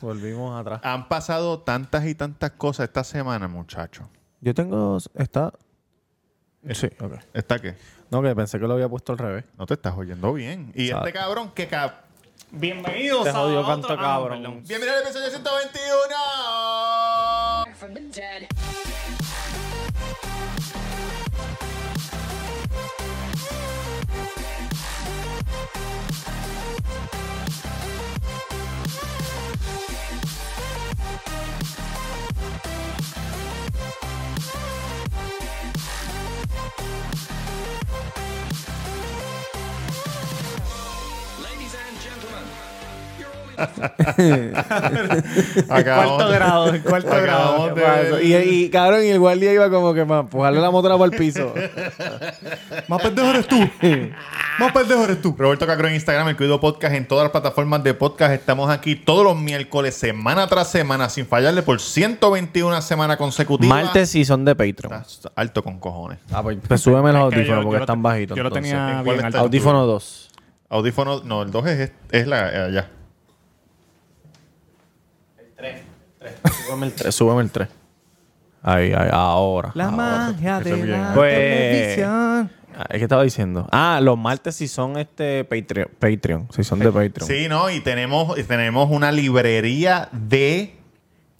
Volvimos atrás. Han pasado tantas y tantas cosas esta semana, muchachos. Yo tengo. Está. Sí, ok. ¿Está qué? No, que pensé que lo había puesto al revés. No te estás oyendo bien. Y Sabe. este cabrón que... Cap... Bienvenidos Te a jodió otro- canto, ah, no, cabrón. perdón. Bienvenido al episodio 121. from the dead. Cuarto grado, el cuarto grado. Acabamos de ver- Y, Ah, pues, y, cabrón, y el guardia iba como que para empujarle la motora por el piso. Más pendejo eres tú. Más pendejo pues, eres tú. Roberto Cacro en Instagram, el Cuido Podcast, en todas las plataformas de podcast. Estamos aquí todos los miércoles, semana tras semana, sin fallarle por 121 semanas consecutivas. Martes y son de Patreon. Estás alto con cojones. Ah, pues, pues súbeme los Es que yo- audífonos yo porque lo- están bajitos. Yo lo entonces. tenía ¿En cuál bien está? alto. Audífono 2. Audífono, no, el 2 es, es la eh, allá. Súbeme el 3. Eh, Súbeme el 3. Ahí, ahí, ahora. La ahora. magia Eso es de bien. la Pues- televisión. Ah, ¿Qué estaba diciendo? Ah, los martes si son este Patreon. Patreon. Si son de Patreon. Sí, no, y tenemos, y tenemos una librería de,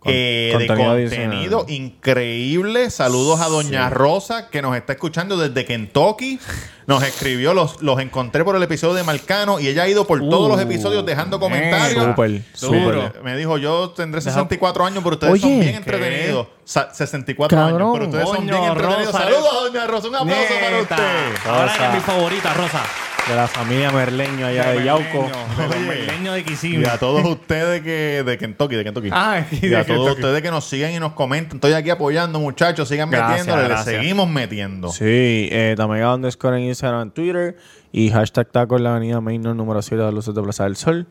Con- eh, de contenido contenido, adicional. increíble. Saludos a Doña Sí. Rosa, que nos está escuchando desde Kentucky. Nos escribió, los, los encontré por el episodio de Marcano y ella ha ido por todos Uh, los episodios dejando comentarios. Súper, Duro. súper. Me dijo, yo tendré 64 años, pero ustedes son Oye, bien entretenidos. Sa- 64 años, Cabrón. pero ustedes son Coño, bien entretenidos. Rosa. Saludos, Doña Rosa. Un aplauso para Neta. usted. Ahora ella Rosa. es mi favorita, Rosa. De la familia Merleño allá de, Yauco. Merleño, de los Merleño de Y Kissimmee. a todos ustedes que de Kentucky, de Kentucky. Ah, y y de a todos Kentucky. ustedes que nos siguen y nos comentan. Estoy aquí apoyando, muchachos. Sigan Gracias, metiéndole. gracias. Le seguimos metiendo. Sí, eh, Tamega underscore en Instagram, en Twitter y hashtag taco en la avenida Main North, número 7 de las luces de Plaza del Sol,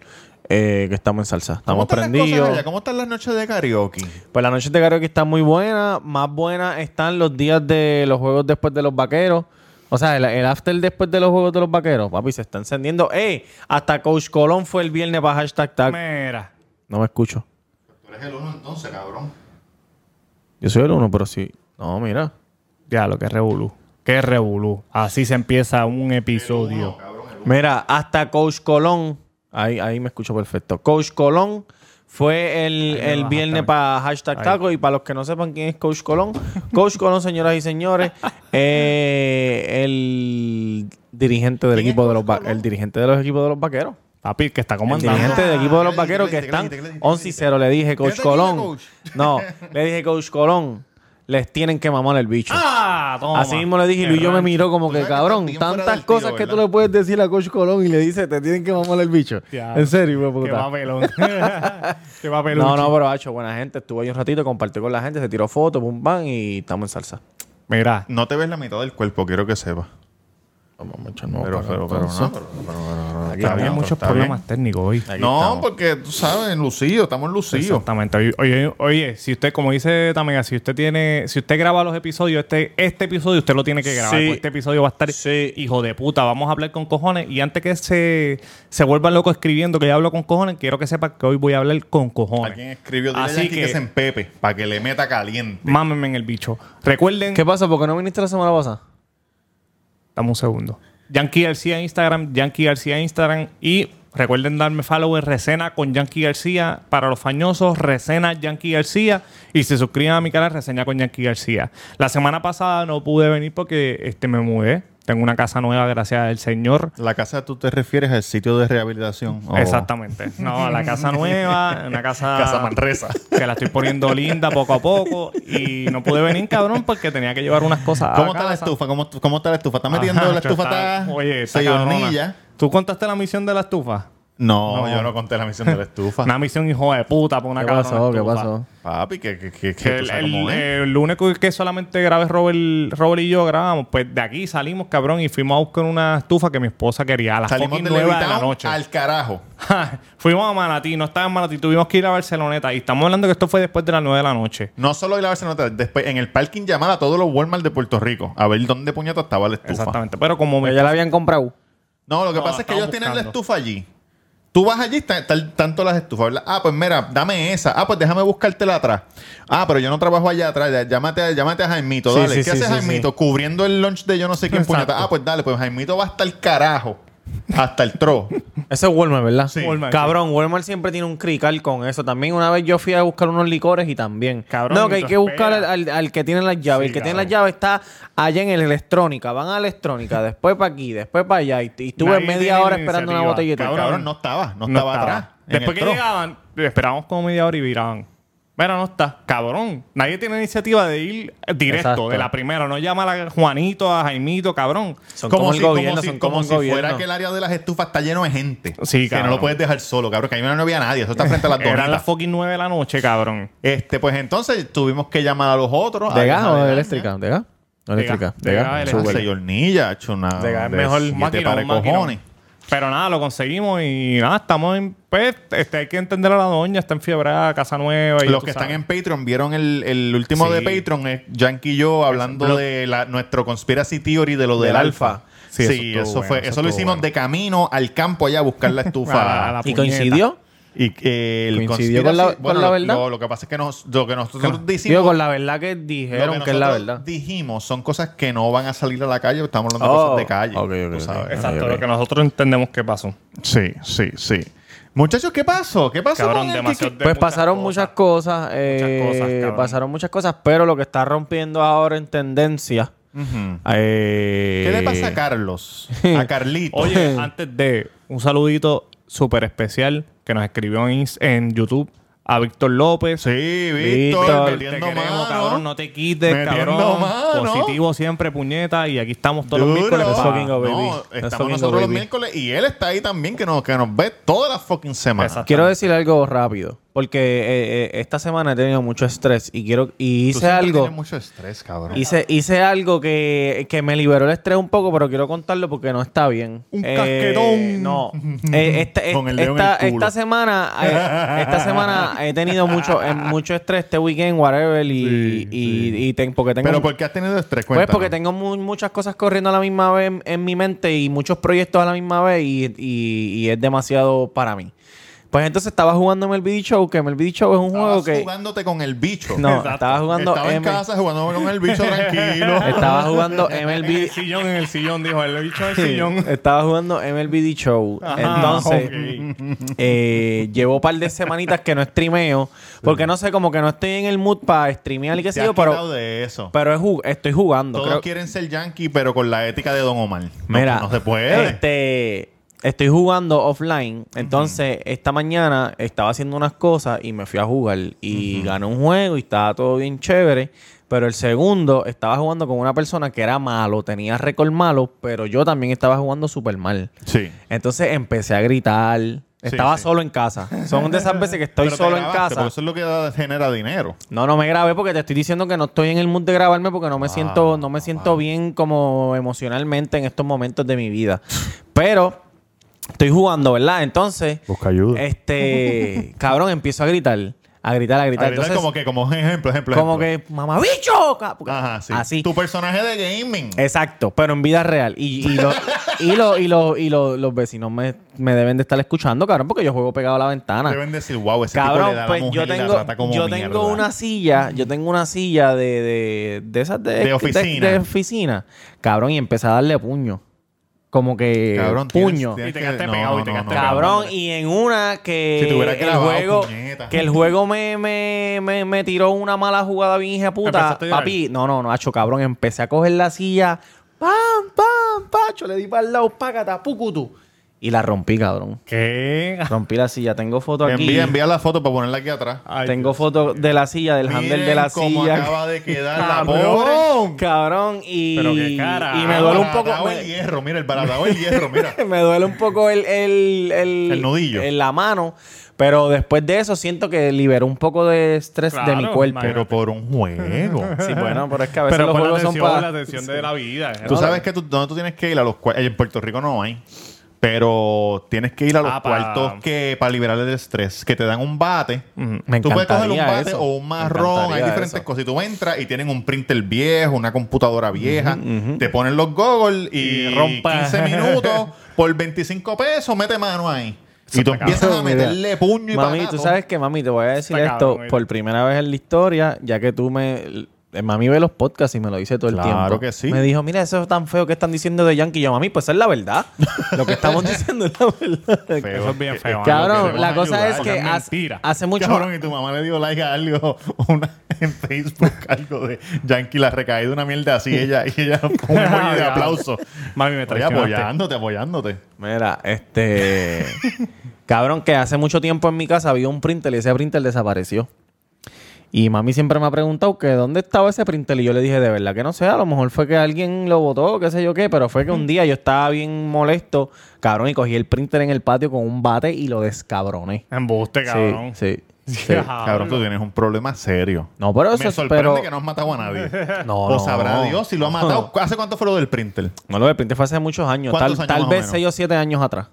eh, que estamos en salsa. Estamos ¿Cómo están las cosas prendidos. allá? ¿Cómo están las noches de karaoke? Pues las noches de karaoke están muy buenas. Más buenas están los días de los juegos después de los vaqueros. O sea, el, el after después de los juegos de los vaqueros. Papi, se está encendiendo. ¡Ey! Hasta Coach Colón fue el viernes para hashtag taco. Mira. No me escucho. Tú eres el uno entonces, cabrón. Yo soy el uno, pero sí. No, mira. Ya, lo que revolú. Qué revolú. Así se empieza un episodio. Mira, hasta Coach Colón. Ahí, ahí me escucho perfecto. Coach Colón fue el, me el bajaste, viernes me- para hashtag taco. Y para los que no sepan quién es Coach Colón, Coach Colón, señoras y señores, eh, el dirigente del ¿Quién es equipo de Coach los va- Colón? el dirigente de los equipos de los vaqueros. Papi, que está El comandando. dirigente del equipo de los ¿qué le vaqueros que Ah, dijiste, qué le están dijiste, qué le dijiste, qué le 11 y 0. Le dije, Coach te dijiste, Colón. Coach? No, le dije, Coach Colón, les tienen que mamar el bicho. Ah, toma. Así mismo le dije, y Qué Luis yo me rancho. miró como Tú que, sabes que cabrón, estás bien fuera tantas del cosas tiro, que tú ¿verdad? le puedes decir a Coach Colón y le dices, te tienen que mamar el bicho. Ya. En serio, hijo de Qué puta. papelón. Qué papelón. No, no, pero hacho, buena gente. Estuvo ahí un ratito, compartió con la gente, se tiró fotos, pum, pam, y estamos en salsa. Mira. No te ves la mitad del cuerpo, quiero que sepas. Oh, Pero, pero, pero, no. pero- pero- pero- Aquí está había bien, muchos está bien. problemas técnicos hoy. No, porque tú sabes, en Lucillo, estamos en Lucillo. Exactamente. Oye, Oye, oye, si usted, como dice Tamega, si usted tiene, si usted graba los episodios, este, este episodio usted lo tiene que grabar. Sí. porque Este episodio va a estar hijo de puta. Vamos a hablar con cojones. Y antes que se, se vuelvan locos escribiendo que ya hablo con cojones, quiero que sepa que hoy voy a hablar con cojones. Alguien escribió dile Así aquí que... que- es en Pepe, para que le meta caliente. Mámenme en el bicho. Recuerden. ¿Qué pasa? ¿Por qué no viniste la semana pasada? Dame un segundo. Yankee García en Instagram, Yankee García en Instagram y recuerden darme follow en Resena con Yankee García para los fañosos, Resena Yankee García y se suscriban a mi canal Reseña con Yankee García. La semana pasada no pude venir porque este me mudé. Tengo una casa nueva, gracias al Señor. La casa tú te refieres al sitio de rehabilitación. o- Exactamente. No, la casa nueva, una casa, Casa Manresa. que la estoy poniendo linda poco a poco y no pude venir, cabrón, porque tenía que llevar unas cosas. a ¿Cómo está la casa. estufa? ¿Cómo, cómo está la estufa? ¿Está metiendo Ajá, la macho, estufa? está- ¿Está Oye, está sellonilla? cabrona. ¿Tú contaste la misión de la estufa? No, No. yo no conté la misión de la estufa. Una misión hijo de puta por una ¿Qué cabrona pasó? ¿Qué estufa. pasó? Papi, que, que, que, que Que tú el, sabes cómo el- es. eh, lo único que solamente grabé Robert, Robert y yo grabamos, pues de aquí salimos, cabrón, y fuimos a buscar una estufa que mi esposa quería a las Salimos fucking de nueve de la Levitown noche. al carajo. fuimos a Manatí, no estaba en Manatí, tuvimos que ir a Barceloneta. Y estamos hablando que esto fue después de las 9 de la noche. No solo ir a Barcelona, después en el parking llamar a todos los Walmart de Puerto Rico a ver dónde puñeta estaba la estufa. Exactamente. Pero como Porque me ya la habían comprado. No, lo que No, pasa la es que ellos estaban tienen la buscando. estufa allí. Tú vas allí, ta- tal- tanto las estufas, ¿verdad? Ah, pues mira, dame esa. Ah, pues déjame buscártela atrás. Ah, pero yo no trabajo allá atrás. Ya- Llámate, a- llámate a Jaimito, Sí, dale. sí, ¿Qué sí, hace sí, Jaimito? Cubriendo el lunch de yo no sé quién Exacto. puñeta. Ah, pues dale, pues Jaimito va hasta el carajo. Hasta el tro. Eso es Walmart, ¿verdad? Sí. Walmart, Cabrón, Walmart siempre tiene un crical con eso. También una vez yo fui a buscar unos licores y también. Cabrón, no, que hay tú que buscar al, esperas. al- al que tiene las llaves. Sí, el que tiene cabrón. las llaves está allá en el electrónica. Van a electrónica, después para aquí, después para allá. Y, y estuve Nadie media tiene hora la esperando una iniciativa, botellita. Cabrón, Cabrón. no estaba. No, No estaba, estaba. atrás. en Después el que tro. llegaban, esperábamos como media hora y viraban. Mira, no está. Cabrón. Nadie tiene iniciativa de ir directo, Exacto. de la primera. No llama a Juanito, a Jaimito, cabrón. Son como, el gobierno, si, son como, como el si gobierno. fuera que el área de las estufas está lleno de gente. Sí, que no cabrón. lo puedes dejar solo, cabrón. Que ahí no había nadie. Eso está frente a las Eran las dos. fucking nueve de la noche, cabrón. Este, pues entonces tuvimos que llamar a los otros. a ¿De gas dejar o el de área. eléctrica? ¿De gas? No, De Eléctrica. gas, De de gas. gas, Ah, Súper. seis hornillas, chuna. De gas es Ah, de mejor. siete Maquinón, pares maquinón. cojones. Pero nada, lo conseguimos y nada, estamos en. Pues, este, hay que entender a la doña, está en fiebre, ah, Casa Nueva. Y Los tú que están sabes. en Patreon vieron el, el último de Sí. Patreon, es Yankee y yo hablando Lo- de la- nuestro conspiracy theory de lo del, Del alfa. alfa. Sí, Sí, eso, eso estuvo fue, bueno, eso, eso lo estuvo hicimos bueno. de camino al campo allá a buscar la estufa. A la- a la ¿Y puñeta. coincidió? Y que el Coincidió conspiracy- con la- con bueno, la lo- verdad. Lo, lo que pasa es que nos, lo que nosotros Digo, decimos, con la verdad que lo que dijeron que es la nosotros verdad. dijimos son cosas que no van a salir a la calle, estamos hablando de Oh, cosas de calle. ok, ok, tú ok. sabes. Exacto, lo que nosotros entendemos que pasó. Sí, sí, sí. Muchachos, ¿qué pasó? ¿Qué pasó? Cabrón, con el demasiado Kiki? de Pues muchas pasaron cosas. muchas cosas, eh, cosas, cabrón. pasaron muchas cosas, pero lo que está rompiendo ahora en tendencia. Ujú. eh, Mm. ¿Qué le pasa a Carlos? A Carlito. Oye, antes de un saludito súper especial que nos escribió en, Ins- en YouTube a Víctor López. Sí, Víctor, Víctor, Te metiendo queremos, mano. cabrón, no te quites, Metiendo cabrón. mano. Positivo siempre, puñeta. Y aquí estamos todos Duro. Ah, los miércoles. Let's pa- fucking go, baby. No, Let's estamos fucking nosotros go, los baby. miércoles y él está ahí también que nos, que nos ve todas las fucking semanas. Exacto. Quiero decir algo rápido, porque eh, eh, esta semana he tenido mucho estrés y quiero y Tú hice siempre algo, tienes mucho estrés, cabrón. hice, hice algo que, que me liberó el estrés un poco, pero quiero contarlo porque no está bien. Eh, Un casquetón. No, Eh, esta, Con el dedo en esta- el culo. esta semana, eh, esta semana he tenido mucho, eh, mucho estrés este weekend, whatever, y, Sí, y- y ten- porque tengo Pero ¿por qué has tenido estrés? Pues Cuéntanos. porque tengo mu- muchas cosas corriendo a la misma vez en, en mi mente y muchos proyectos a la misma vez y, y- y es demasiado para mí. Pues entonces estaba jugando MLB Show, que MLB Show es un Estabas juego que... jugándote con el bicho. No, estaba jugando Estaba en M- casa jugando con el bicho tranquilo. Estaba jugando En el MLB... sillón, en el sillón, dijo. El bicho en el sillón. Estaba jugando MLB Show. Entonces, eh, llevo un par de semanitas que no streameo. Porque no sé, como que no estoy en el mood para streamear y qué Te sé has yo, quitado pero, de eso. pero es ju- estoy jugando. Todos creo- quieren ser yankee, pero con la ética de Don Omar. No, Mira, no se puede. Este, estoy jugando offline. Entonces, esta mañana estaba haciendo unas cosas y me fui a jugar. Y gané un juego y estaba todo bien chévere. Pero el segundo estaba jugando con una persona que era malo, tenía récord malo, pero yo también estaba jugando súper mal. Sí. Entonces empecé a gritar. Estaba sí. solo en casa. Son de esas veces que estoy Pero te solo en grabaste, casa. porque eso es lo que da- genera dinero. No, no me grabé porque te estoy diciendo que no estoy en el mood de grabarme porque Ah, no me siento, no me siento bien como emocionalmente en estos momentos de mi vida. Pero estoy jugando, ¿verdad? Entonces, Busca ayuda. este cabrón, empiezo a gritar, a gritar, a gritar. Ah, Entonces, como que, como ejemplo, ejemplo. como ejemplo. que, mamabicho, ca- porque- Ajá, sí. así. Eh, Tu personaje de gaming. Exacto, pero en vida real. Y, y, lo- y, lo- y, lo- y lo- los vecinos me, me deben de estar escuchando, cabrón, porque yo juego pegado a la ventana. Deben decir, wow, ese tipo Cabrón, le da a la pues mujer yo y la tengo, trata como yo mierda. tengo una silla, yo tengo una silla de, de, de esas de, De oficina. de oficina. Cabrón, y empecé a darle puño. Como que Cabrón, tienes- eh, puño. tienes Y te que- quedaste no, pegado, no, y te no, quedaste no, pegado. Cabrón, y en una que Si te hubieras grabado, el juego puñeta. que el juego me, me, me, me tiró una mala jugada bien hija puta, ¿Empezaste a llorar? papi. No, no, no, hacho, cabrón, empecé a coger la silla, pam, pam, pacho, le di para el lado, pácata, pucutu. Y la rompí, cabrón. ¿Qué? Rompí la silla, tengo foto aquí. Envía, envía la foto para ponerla aquí atrás. Ay, Tengo fotos de la silla, del handle de la cómo silla. acaba de quedar la Cabrón, pobre. cabrón, y, Pero qué cara. y me duele un poco. Baratao el Me, hierro, mira, el baratao el hierro, mira. me duele un poco el, el, el, El nudillo. en la mano. Pero después de eso siento que liberó un poco de estrés de mi Claro, cuerpo. imagínate. Pero por un juego. Sí, bueno, pero es que a veces Pero los por la juegos son atención, para. la atención de la vida. ¿eh? Tú sabes que tú, dónde tú tienes que ir a los cuartos. En Puerto Rico no hay. Pero tienes que ir a los Ah, pa- cuartos que para liberar el estrés. Que te dan un bate. Me tú puedes coger un encantaría bate eso. o un Me marrón. Hay encantaría diferentes eso. cosas. Y tú entras y tienen un printer viejo, una computadora vieja. Te ponen los goggles y, Y rompa. 15 minutos por 25 pesos. Mete mano ahí. Y tú está empiezas a cabrón. meterle puño y Mami, patazo. tú sabes que, mami, te voy a decir Está esto cabrón, por primera vez en la historia, ya que tú me. eh, Mami ve los podcasts y me lo dice todo el Claro tiempo. que sí. Me dijo, mira, eso es tan feo que están diciendo de Yankee. Y Yo, mami, pues es la verdad. Lo que estamos diciendo es la verdad. Feo. Eso es bien feo. Lo Eh, Cabrón, que la queremos cosa ayudar, es porque que es hace, mentira. hace mucho. Cabrón, y tu mamá le dio like a algo una, en Facebook, algo de Yankee, la recaída, una mierda así, ella, y ella con un moño de aplauso. Mami, me Oye, traicionaste. apoyándote, apoyándote. Mira, este. Cabrón, que hace mucho tiempo en mi casa había un printer y ese printer desapareció. Y mami siempre me ha preguntado que dónde estaba ese printer. Y yo le dije, de verdad que no sé, a lo mejor fue que alguien lo botó, qué sé yo qué, pero fue que un día yo estaba bien molesto, cabrón, y cogí el printer en el patio con un bate y lo descabroné. Embuste, cabrón. Sí, sí. sí. Ajá. Cabrón, tú tienes un problema serio. No, pero Me eso sorprende pero... que no has matado a nadie. No, o no. sabrá Dios si lo ha matado. ¿Hace cuánto fue lo del printer? No, lo del printer fue hace muchos años. Tal, ¿Cuántos años tal más o vez menos? 6 o 7 años atrás.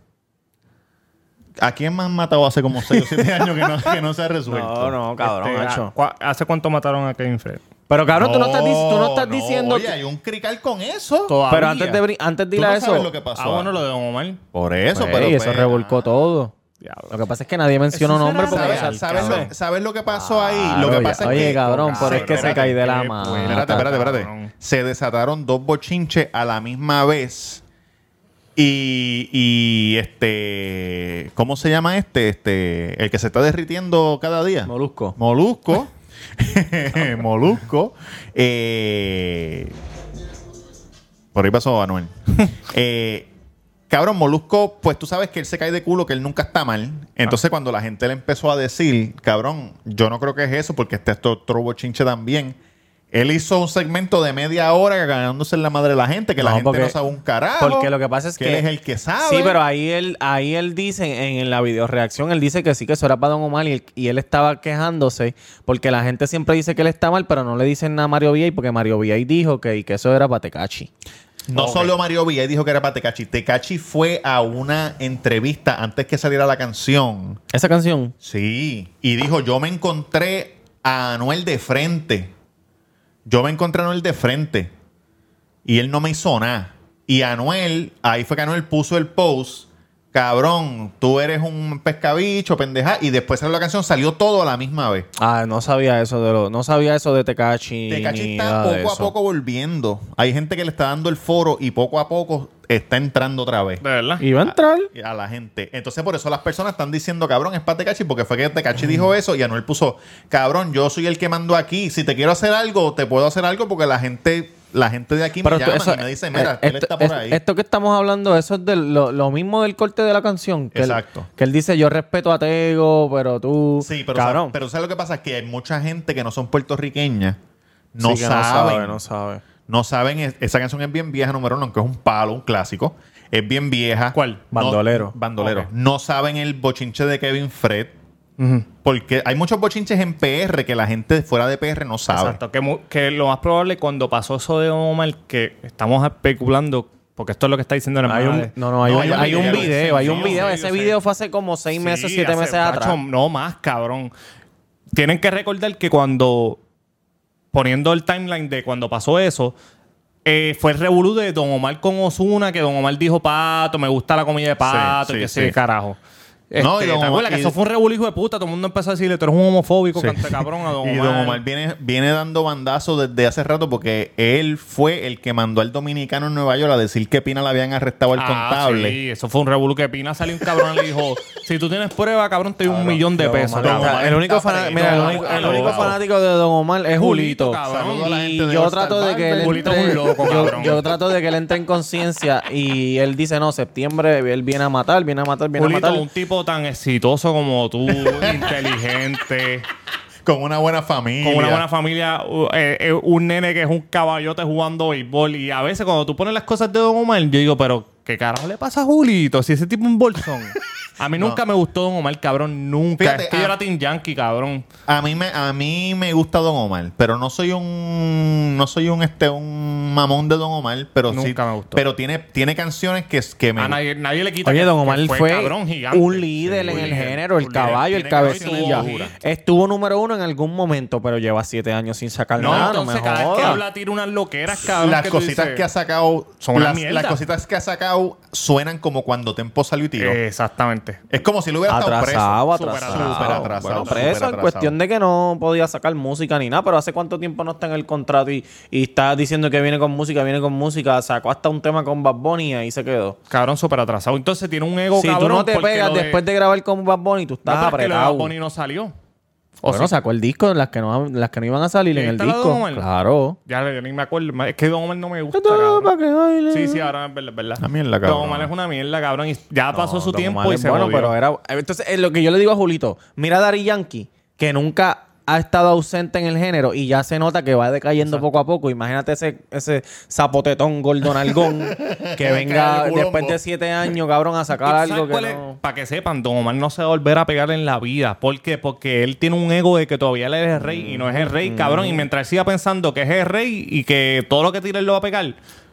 ¿A quién más han matado hace como 6 o 7 años que no, que no se ha resuelto? No, no, cabrón, Este, macho. ¿cu- ¿Hace cuánto mataron a Kevin Fred? Pero cabrón, tú no estás, dic- tú no estás no, diciendo... Oye, que- hay un crical con eso. Todavía. Pero antes de, brin- antes de Tú ir no a sabes eso... lo que pasó. Ah, bueno, lo de Don Omar. Por eso, pero. Ey, eso pues, revolcó todo. Diablo. Lo que pasa es que nadie mencionó Eso será nombres porque... ¿Sabes, o sea, real, sabes cabrón. lo, sabes lo que pasó ahí? Lo Claro, que ya. pasa es Oye, que. Ah, cabrón, pero es que se espérate, cae de la qué mano. buena. Espérate, espérate, espérate. Cabrón. Se desataron dos bochinches a la misma vez. Y, y este. ¿Cómo se llama este? Este. El que se está derritiendo cada día. Molusco. Molusco. Molusco. Eh, por ahí pasó Anuel. Eh, cabrón, Molusco, pues tú sabes que él se cae de culo, que él nunca está mal. Ah. Entonces, cuando la gente le empezó a decir, cabrón, yo no creo que es eso, porque este otro otro bochinche también. Él hizo un segmento de media hora ganándose en la madre de la gente, que la No, gente porque- no sabe un carajo. Porque lo que pasa es que... él es el que Sí, sabe. pero ahí él, ahí él dice, en, en la videoreacción, él dice que sí, que eso era para Don Omar y él, y él estaba quejándose porque la gente siempre dice que él está mal, pero no le dicen nada a Mario Villay porque Mario Villay dijo que, y que eso era para Tecachi. No solo Mario Villa dijo que era para Tecachi. Tecachi fue a una entrevista antes que saliera la canción. Esa canción... Sí. Y dijo: Yo me encontré a Anuel de frente. Yo me encontré a Anuel de frente. Y él no me hizo nada. Y Anuel, ahí fue que Anuel puso el post. Cabrón, tú eres un pescabicho, pendeja. Y después salió la canción, salió todo a la misma vez. Ah, no sabía eso de lo, no sabía eso de Tecachi. Tecachi ni está nada de poco a eso. poco volviendo. Hay gente que le está dando el foro y poco a poco está entrando otra vez. De verdad. Iba a entrar. a la gente. Entonces, por eso las personas están diciendo, cabrón, es para Tecachi, porque fue que Tecachi dijo eso y Anuel puso, cabrón, yo soy el que mando aquí. Si te quiero hacer algo, te puedo hacer algo porque la gente, la gente de aquí me esto- llama eso- y me dice, mira, eh, él esto, está por es- ahí. esto que estamos hablando, eso es de lo, lo mismo del corte de la canción. Que él- Exacto. que él dice, yo respeto a Tego, pero tú... sí, pero, cabrón. ¿sabes, pero ¿sabes lo que pasa? Es que hay mucha gente que no son puertorriqueñas. No, Sí que saben, no sabe. No saben, es- esa canción es bien vieja, número uno, aunque es un palo, un clásico. Es bien vieja. ¿Cuál? No- Bandolero. bandolero. Ok. No saben el bochinche de Kevin Fred. Porque hay muchos bochinches en PR que la gente fuera de PR no sabe. Exacto. Que, mu- que lo más probable cuando pasó eso de Don Omar, que estamos especulando, porque esto es lo que está diciendo la Hay hermana un, de- no, no, hay, No, un, hay un hay un video, video, hay un sí, video. sí, Ese yo video sé. fue hace como seis meses, Sí, siete hace- meses atrás. tacho, No más, cabrón. Tienen que recordar que cuando, poniendo el timeline de cuando pasó eso, eh, fue el revolú de Don Omar con Osuna, que Don Omar dijo, pato, me gusta la comida de pato, Sí, y que sí, sí, sí. carajo. Este, No, y ¿te Don Omar- acuerdas que y- eso fue un revolú hijo de puta? Todo el mundo empezó a decirle, tú eres un homofóbico, canta cabrón a Don Omar. Y Don Omar viene, viene dando bandazo desde hace rato porque él fue el que mandó al dominicano en Nueva York a decir que Pina la habían arrestado al Ah, contable. Sí, eso fue un revolú que Pina salió un cabrón y le dijo, si tú tienes prueba, cabrón, te doy un millón de Don pesos. Omar, o sea, cabrón". el único, está fana- preso. mira, el Don único- Omar el está único preso. fanático de Don Omar es Julito, Julito. cabrón. Saludo a la gente Y de yo All trato de Star que él Barber. Julito entre, es un loco, yo, cabrón. yo trato de que él entre en conciencia y él dice no septiembre él viene a matar viene a matar viene Julito, a matar un tipo tan exitoso como tú, inteligente, Con una buena familia. con una buena familia, u- eh, eh, un nene que es un caballote jugando béisbol. Y a veces cuando tú pones las cosas de Don Omar, yo digo, pero ¿qué carajo le pasa a Julito? Si ese tipo es un bolsón. A mí nunca me gustó Don Omar, cabrón, nunca. Fíjate, ah. es que a- yo era Team Yankee, cabrón. A mí me, a mí me gusta Don Omar, pero no soy un no soy un este un mamón de Don Omar, pero sí. Nunca me gustó. Pero tiene, tiene canciones que, que me. A nadie, nadie le quita. Oye, que- Don que Omar fue, cabrón, gigante. un líder Sí, en un el líder. género, el Un líder. caballo, el Tiene cabeza y cabecilla. levadura. Estuvo número uno en algún momento, pero lleva siete años sin sacar No, nada, no me entonces cada vez que jodas. habla tira unas loqueras, cabrón. las que tú cositas dices- que ha sacado Son una las, mierda. las cositas que ha sacado suenan como cuando Tempo salió y tiró. Eh, Exactamente. es como si lo hubiera Atrasado, estado pues, preso. atrasado. Súper atrasado. Súper atrasado, Bueno, súper preso en atrasado. cuestión de que no podía sacar música ni nada, pero hace cuánto tiempo no está en el contrato y, y está diciendo que viene con música, viene con música. Sacó hasta un tema con Bad Bunny y ahí se quedó. Cabrón, súper atrasado. Entonces tiene un ego si cabrón. tú no te porque pegas lo después de grabar con Bad Bunny, tú estás No, porque lo de Bad apretado. Bunny no salió. O sí. sacó el disco, las que no, las que no iban a salir ¿Y ahí en el está la Don disco. Omar? Claro. Ya yo ni me acuerdo. ma- Es que Don Omar no me gusta. Todo cabrón. pa' que baile. Sí, sí, ahora es verdad. es verdad. Una mierda, cabrón. Don Omar es una mierda, cabrón. Y ya pasó su Don tiempo Omar y es se bueno, jodió. pero era entonces es lo que yo le digo a Julito, mira a Dari Yankee que nunca ha estado ausente en el género y ya se nota que va decayendo poco a poco. Imagínate ese, ese zapotetón gordonalgón que venga el culombo. después de siete años, cabrón, a sacar algo que no... Para que sepan, Don Omar no se va a volver a pegar en la vida. ¿Por qué? Porque él tiene un ego de que todavía él es el rey y no es el rey, cabrón. Y mientras él siga pensando que es el rey y que todo lo que tire él lo va a pegar,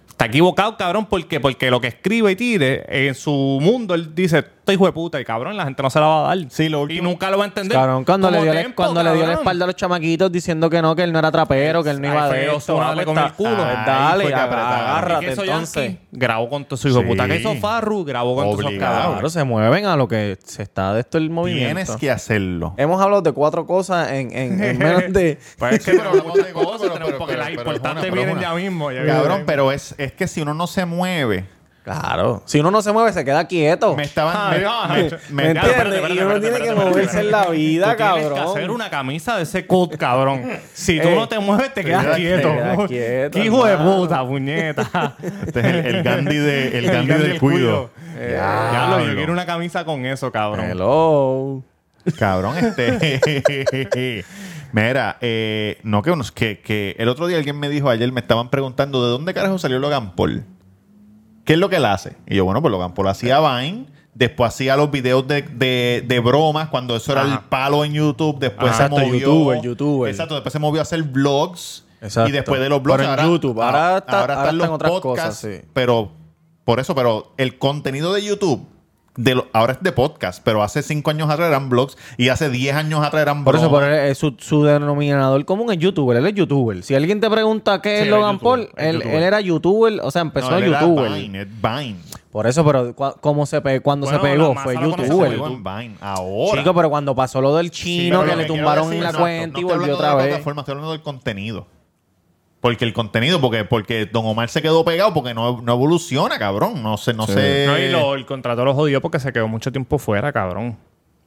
está equivocado, cabrón. ¿Por qué? Porque lo que escribe y tire en su mundo, él dice, estoy hijo de puta y cabrón, la gente no se la va a dar. Sí, lo y último- nunca lo va a entender. Cabrón, cuando, Como le dio, la- Tempo, cuando le dio la cabrón. espalda a los chamaquitos diciendo que no, que él no era trapero, que él no Ay, iba fue de esto. Ozuna, dale ah, con pues el culo. está- Ahí fue Dale, que apretaron. agárrate Y que eso entonces. Yankee grabó con todo su hijo de puta. Sí. Que hizo Farru, grabó con todos esos Obligado. cabrones. Claro, se mueven a lo que se está de esto el movimiento. Tienes que hacerlo. Hemos hablado de cuatro cosas en, en- en menos de. Pues Sí, pero hablamos de cosas, tenemos- pero- porque pero- las pero es una- importantes pero es vienen una- ya mismo. ya Cabrón, vienen. pero es, es que si uno no se mueve. Claro. Si uno no se mueve, se queda quieto. Me estaban. Ah, me- me- no, no, me- ¿Me espérate, entiendes? y espérate, uno espérate, tiene espérate, que espérate, moverse en la Tú vida, tienes cabrón. Eh, que hacer una camisa de ese code, cabrón. Si tú Ey. no te mueves, te quedas quedas quieto. quieto, ¡Qué hijo de hermano. puta, puñeta! Este es el, el Gandhi, de, el Gandhi del cuido. Ya lo, yo Diablo. quiero una camisa con eso, Eh, cabrón. Hello. Cabrón, este. Mira, eh, no que, unos- que que el otro día alguien me dijo ayer, me estaban preguntando de dónde carajo salió Logan Paul. ¿Qué es lo que él hace? Y yo, bueno, pues Logan Paul hacía Vine, después hacía los videos de, de- de bromas, cuando eso era Ajá. el palo en YouTube, después Ajá. se Exacto, movió. youtuber, youtuber. Exacto, después se movió a hacer vlogs. Exacto. Y después de los blogs. Pero en YouTube, ahora está- ahora están están los otras podcasts. cosas, sí. Pero, por eso, pero el contenido de YouTube. de lo- ahora es de podcast, pero hace cinco años atrás eran blogs y hace 10 años atrás eran Por eso, por bromas. él, eh, su, su denominador común es youtuber. Él es youtuber. Si alguien te pregunta qué Sí, es él es Logan Paul, youtuber, es él, youtuber. él era youtuber. O sea, empezó No, él era youtuber. Vine, es Vine. Por eso, pero cua- ¿cómo se pe- cuando Bueno, se pegó la fue masa lo conoce Se youtuber. pegó en Vine. Ahora. Chico, pero cuando pasó lo del chino, pero que lo le quiero tumbaron decir- la exacto, cuenta y no estoy volvió hablando otra de la vez. plataforma, estoy hablando del contenido. Porque el contenido, porque, porque Don Omar se quedó pegado porque no, no evoluciona, cabrón. No sé, no sé. No, y lo- el contrato lo jodió porque se quedó mucho tiempo fuera, cabrón.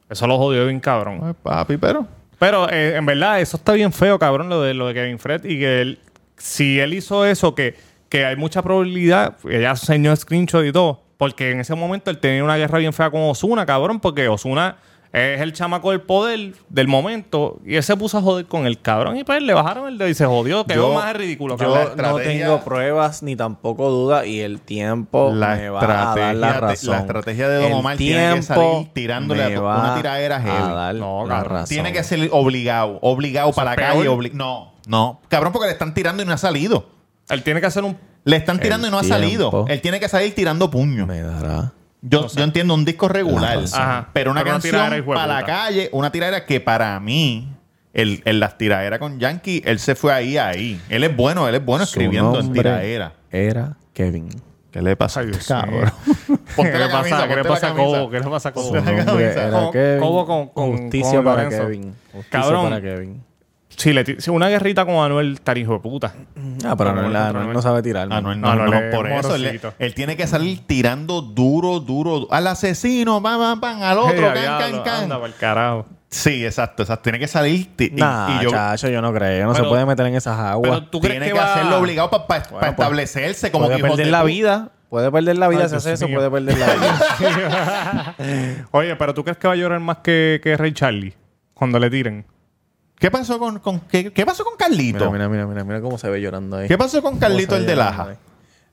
Eso lo jodió bien, cabrón. Ay, papi, pero. Pero eh, en verdad, eso está bien feo, cabrón, lo de lo de Kevin Fred. Y que él, si él hizo eso, que, que hay mucha probabilidad, ella señó screenshot y todo, porque en ese momento él tenía una guerra bien fea con Osuna, cabrón, porque Osuna es el chamaco del poder del momento y él se puso a joder con el cabrón y pues le bajaron el dedo y se jodió, quedó Yo- más ridículo, yo- cabrón. La Yo no estrategia- tengo pruebas ni tampoco dudas y el tiempo La me va a dar la estrategia de- razón. la estrategia de Don El Omar tiene que salir tiempo tirándole a me to- va una tiradera heavy. a dar No, la cabrón. razón. Tiene que ser obligado, obligado para la es calle. peor. obli- no, no. Cabrón, porque le están tirando y no ha salido. Él tiene que hacer un Le están tirando y no ha salido. tiempo. Él tiene que salir tirando puño. Me dará. Yo, yo entiendo un disco regular, Claro, sí. Ajá. pero una Pero una canción tiradera, hijo de para la puta. calle, una tiradera que para mí, el, el- las tiraderas con Yankee, él se fue ahí, ahí. Él es bueno, él es bueno Su escribiendo en nombre tiradera. Era Kevin. ¿Qué le pasa? este Ay, Dios cabrón? ¿Qué le la camisa, pasa? ¿Qué ponte le la pasa a camisa. Cobo? ¿Qué le pasa a Cobo? Su nombre camisa. era Co- Kevin. Cobo con- con- Justicia con para Lorenzo. Kevin. Justicia Cabrón. para Kevin. Si, le ti- si una guerrita con Anuel, tal hijo de puta. Ah, pero Anuel, Anuel, Anuel Anuel. no sabe tirar. Ah, no, man. él no, Ah, no, no, él es por eso. Él, morosito. él tiene que salir tirando duro, duro. du- Al asesino, pam, pam, pam, al otro, Hey, can, diablo, can, can. Anda, pa'l carajo. Sí, exacto, exacto. Tiene que salir. ti- y- Nah, y yo- chacho, yo no creo. No Pero- se puede meter en esas aguas. Pero tú crees tiene que, que, va- hacerlo obligado para pues, establecerse como puede que hijos perder de la pu- vida. Puede perder la vida Ay, si hace Dios eso. mío. Puede perder la vida. Oye, pero ¿tú crees que va a llorar más que, que Ray Charlie cuando le tiren? ¿Qué pasó con, con- qué, qué pasó con Carlito? Mira, mira, mira, mira, mira cómo se ve llorando ahí. ¿Qué pasó con Carlito el de Laja?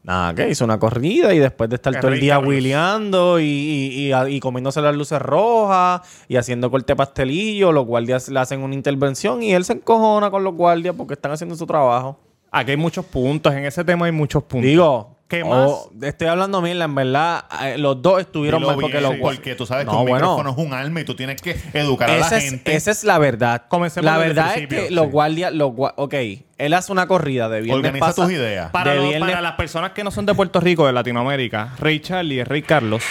Nada, que hizo una corrida y después de estar Qué todo el rica, día Carlos. wheeleando y, y, y- y comiéndose las luces rojas y haciendo corte pastelillo, los guardias le hacen una intervención y él se encojona con los guardias porque están haciendo su trabajo. Aquí hay muchos puntos. En ese tema hay muchos puntos. Digo, ¿Qué ¿qué más? más? estoy hablando mierda, en verdad, eh, los dos estuvieron Dilo mal porque bien, los porque tú sabes que No, un bueno. micrófono es un alma y tú tienes que educar a la Esa es, gente. esa es la verdad. Comencemos la desde el verdad es principio, que los sí. guardias, los gua- ok, él hace una corrida de viernes Organiza pasa- tus ideas. Para, de los- viernes- para las personas que no son de Puerto Rico, de Latinoamérica, Rey Charlie es Rey Carlos.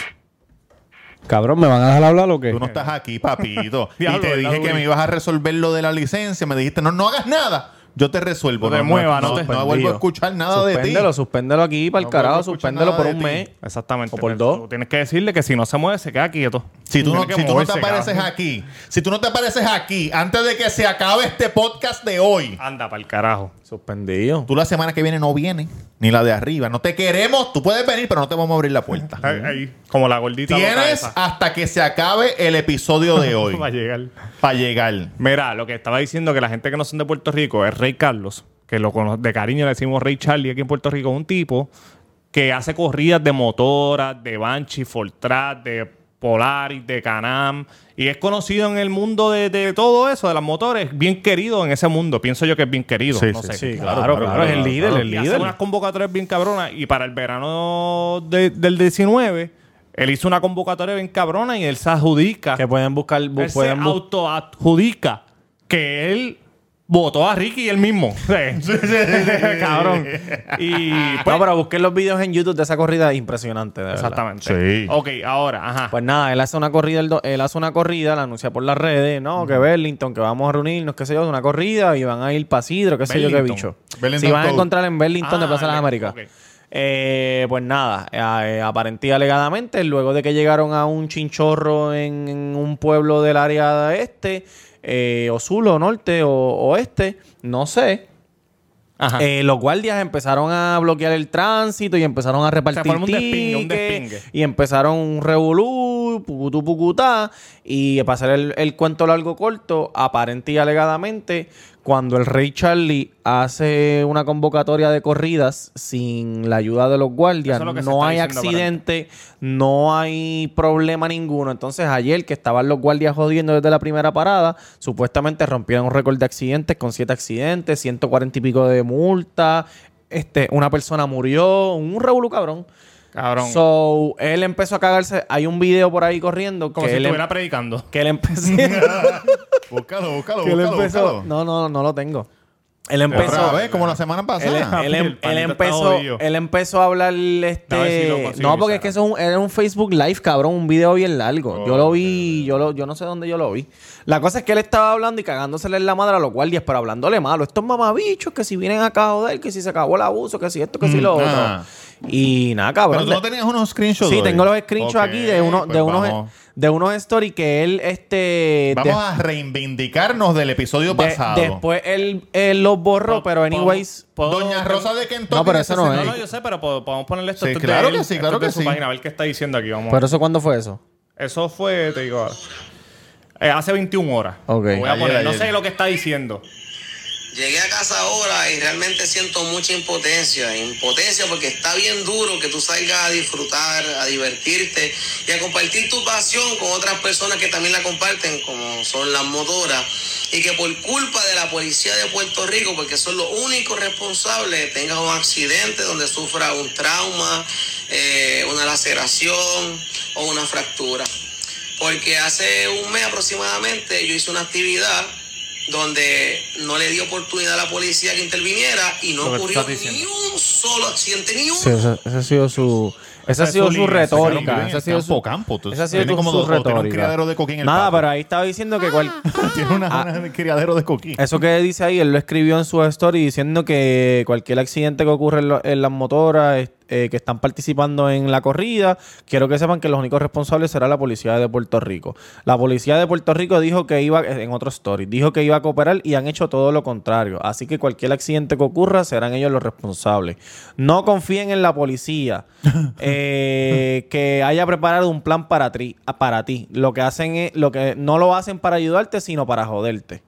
Cabrón, ¿me van a dejar hablar o qué? Tú no estás aquí, papito. y Diablo, te ¿verdad, dije que Luis? me ibas a resolver lo de la licencia. Me dijiste, no, no hagas nada. Yo te resuelvo. No te muevas, no no, te- no vuelvo a escuchar nada de ti. Suspéndelo, suspéndelo aquí para el No vuelvo a carajo, escuchar suspéndelo nada por de un ti. mes. Exactamente. O por Pero dos. tú tienes que decirle que si no se mueve, se queda quieto. Si tú, no, Tiene que si tú no te moverse, apareces cabrón. aquí, si tú no te apareces aquí, antes de que se acabe este podcast de hoy, Anda, para el carajo. Suspendido. tú la semana que viene no vienes, ni la de arriba. No te queremos, tú puedes venir, pero no te vamos a abrir la puerta. Ahí, ahí, Como la gordita. loca Tienes esa. hasta que se acabe el episodio de hoy Va a llegar. para llegar. Mira, lo que estaba diciendo que la gente que no son de Puerto Rico es Rey Carlos, que lo cono- de cariño le decimos Rey Charlie aquí en Puerto Rico, es un tipo que hace corridas de motoras, de Banshee, Fortrat, de Polaris, de Canam, y es conocido en el mundo de, de todo eso, de las motores, bien querido en ese mundo. Pienso yo que es bien querido. Sí, no sí, sé. Sí, claro, claro, es el líder, el Y hace líder. unas convocatorias bien cabronas. Y para el verano de- del 19, él hizo una convocatoria bien cabrona y él se adjudica. Que pueden buscar, bu- él se pueden buscar. autoadjudica que él votó a Ricky él mismo. Cabrón. Y pues, no, pero busquen los videos en YouTube de esa corrida impresionante, de verdad. Exactamente. Sí. Ok, ahora, ajá. Pues nada, él hace una corrida, el do- él hace una corrida, la anuncia por las redes, no, que Burlington, que vamos a reunirnos, qué sé yo, una corrida y van a ir para Sidro, qué sé yo, qué Burlington. bicho. Burlington si van a Road. encontrar en Burlington de Ah, Plaza de las ok. Américas. Ok. Eh, pues nada, eh, eh, aparente y alegadamente, luego de que llegaron a un chinchorro en, en un pueblo del área este, eh, o sur, o norte, o oeste, no sé, Ajá. eh, los guardias empezaron a bloquear el tránsito y empezaron a repartir formó un despingue, un tickets despingue. y empezaron un revolú, pucutú, pucutá. Y para hacer el, el cuento largo corto, aparente y alegadamente, cuando el rey Charlie hace una convocatoria de corridas sin la ayuda de los guardias, Eso es lo que se no está hay diciendo, accidente, no hay problema ninguno. Entonces ayer que estaban los guardias jodiendo desde la primera parada, supuestamente rompieron un récord de accidentes con siete accidentes, 140 y pico de multa. Este, una persona murió, un revolú cabrón. Cabrón. So, él empezó a cagarse. Hay un video por ahí corriendo como que, si él, em- estuviera predicando. que él empezó. que Búscalo, búscalo, él búscalo, empezó. búscalo. No, no, no lo tengo. Él Otra empezó. vez, como la semana Él, pasada. él- em- el él panita está empezó, jodido. él empezó a hablar A ver si lo este consigo no en porque es que eso es un, era un Facebook Live cabrón un video bien largo yo lo vi yo lo yo no sé dónde yo lo vi la cosa es que él estaba hablando y cagándosele en la madre a los guardias pero hablándole malo estos mamabichos que si vienen acá a joder que si se acabó el abuso que si esto que si lo otro ah. y nada Pero cabrón tú no le- tenías unos screenshots. Sí, hoy. tengo los screenshots Ok, aquí de, uno, pues de, unos, Vamos, de unos stories que él, este... Vamos de- a reivindicarnos del episodio de- pasado. después él, él los borró, pero anyways... puedo- Doña Rosa de Kentucky. No, pero eso no No, es. necesita- no, yo sé, pero po- podemos ponerle esto. Sí, esto es de claro él, que sí, claro esto es de que su sí. página, a ver qué está diciendo aquí. Vamos. a- ¿Pero eso cuándo fue eso? Eso fue, te digo, ahora. Eh, hace 21 horas. Ok. Lo Voy a Ayer, poner, no ayer. sé lo que está diciendo. Llegué a casa ahora y realmente siento mucha impotencia, impotencia porque está bien duro que tú salgas a disfrutar, a divertirte y a compartir tu pasión con otras personas que también la comparten, como son las motoras, y que por culpa de la policía de Puerto Rico, porque son los únicos responsables, tengas un accidente donde sufra un trauma, eh, una laceración o una fractura. Porque hace un mes aproximadamente yo hice una actividad donde no le di oportunidad a la policía que interviniera y no Lo que tú ocurrió estás ni diciendo. un solo accidente, ni uno. Sí, esa, esa ha sido su... Esa ha es sido su su línea, esa retórica. Viven en Esa ha sido campo, su... campo. Tú- Esa ha sido tiene tu- como su dos- o tiene un retórica. criadero de coquín en el Nada, Ah, patio. pero ahí estaba diciendo que cual... Tiene una, una criadero de coquín. Eso que dice ahí, él lo escribió en su story diciendo que cualquier accidente que ocurre en, lo- en las motoras es- eh, que están participando en la corrida, quiero que sepan que los únicos responsables será la policía de Puerto Rico. La policía de Puerto Rico dijo que iba, eh, en otro story, dijo que iba a cooperar y han hecho todo lo contrario. Así que cualquier accidente que ocurra serán ellos los responsables. No confíen en la policía eh, que haya preparado un plan para ti, para ti. Lo que hacen es, lo que no lo hacen para ayudarte, sino para joderte.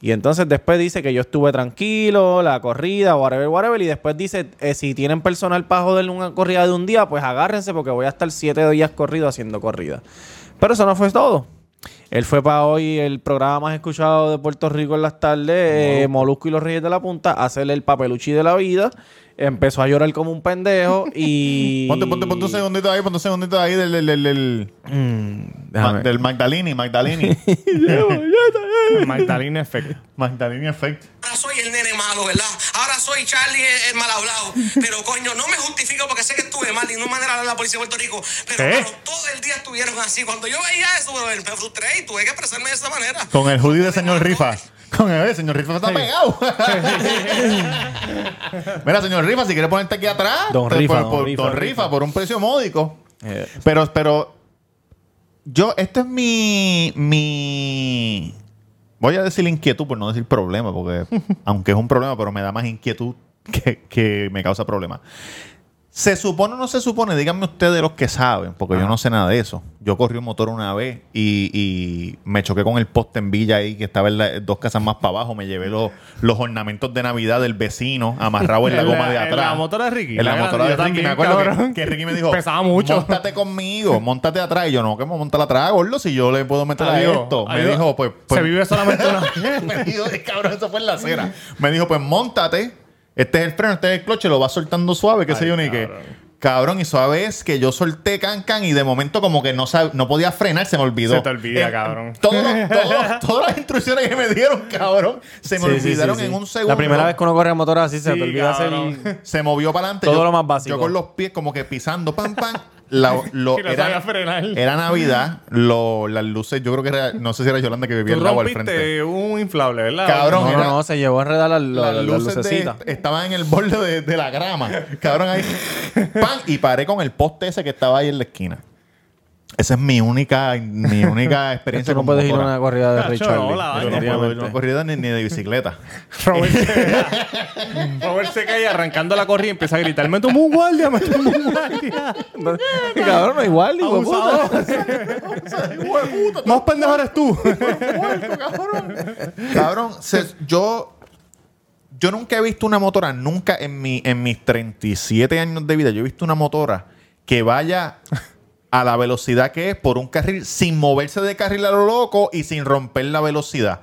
Y entonces después dice que yo estuve tranquilo, la corrida, whatever, whatever. Y después dice, eh, si tienen personal para joder una corrida de un día, pues agárrense porque voy a estar siete días corrido haciendo corrida. Pero eso no fue todo. Él fue para hoy el programa más escuchado de Puerto Rico en las tardes, eh, Molusco y los Reyes de la Punta, a hacerle el papeluchi de la vida. Empezó a llorar como un pendejo y. Ponte, ponte, ponte un segundito ahí, ponte un segundito ahí del, del, del, del, Mm, Déjame. Ma- del Magdalini, Magdalini. Magdalena Effect. Magdalini Effect. Ahora soy el nene malo, ¿verdad? Ahora soy Charlie el, el mal hablado. Pero coño, no me justifico porque sé que estuve mal y no manera de hablar a la policía de Puerto Rico. Pero ¿Qué? mano, todo el día estuvieron así. Cuando yo veía eso, brother, me frustré y tuve que expresarme de esa manera. Con el hoodie de señor Rifa. Con el eh, señor Rifa está pegado. Mira, señor Rifa, si quiere ponerte aquí atrás, Don te- Rifa, don por, por- Rifa, don don Rifa, Rifa. por un precio módico. Eh. Pero, pero, yo, esto es mi, mi, voy a decir inquietud por no decir problema, porque aunque es un problema, pero me da más inquietud que, que me causa problema. ¿Se supone o no se supone? Díganme ustedes los que saben, porque yo no sé nada de eso. Yo corrí un motor una vez y, y me choqué con el poste en Villa ahí, que estaba en la- dos casas más para abajo. Me llevé los, los ornamentos de Navidad del vecino amarrado en la En goma la- de en atrás. la motora de Ricky. En la Yo motora de Ricky. también, me acuerdo que, cabrón. que Ricky me dijo: Pesaba mucho. Móntate conmigo, montate atrás. Y yo, no, que me montar atrás, gordo, si yo le puedo meter a Adiós. esto. Me Adiós. dijo: Pues. pues Se vive solamente una me dijo, "Eh, cabrón, eso fue en la acera. Me dijo, pues montate. Este es el freno, este es el cloche, lo vas soltando suave, qué sé yo, ni qué. Cabrón, y suave es que yo solté can can y de momento como que no, sab- no podía frenar, se me olvidó. Se te olvida, cabrón. todos los- todos- todas las instrucciones que me dieron, cabrón, se me Sí, sí, sí, olvidaron sí. en un segundo. La primera vez que uno corre a motor así se Sí, te olvida cabrón. hacer. Se movió para adelante. Todo yo- lo más básico. Yo con los pies como que pisando, pam, pam. La- lo- Y no era, sabía frenar. era Navidad, lo- las luces, yo creo que era, no sé si era Yolanda que vivía Tú al lado al frente. rompiste un inflable, ¿verdad? Cabrón, No, era- no, se llevó a enredar la, la, las la luces de- lucecita. estaban en el borde de, de la grama. Cabrón, ahí. ¡Pam! Y paré con el poste ese que estaba ahí en la esquina. Esa es mi única, mi única experiencia Tú no con puedes ir a motora. una corrida de Nacho, Richard. no, la Yo no puedo ir a una corrida ni, ni de bicicleta. Robert se- Robert se cae arrancando la corrida y empieza a gritar: Me tomó un guardia, me tomó un guardia. Cabrón, no, igual, hijo de puta. Abusador. Más pendejo eres tú. Cabrón, se- yo, yo nunca he visto una motora, nunca en, mi, en mis 37 años de vida, yo he visto una motora que vaya a la velocidad que es por un carril sin moverse de carril a lo loco y sin romper la velocidad.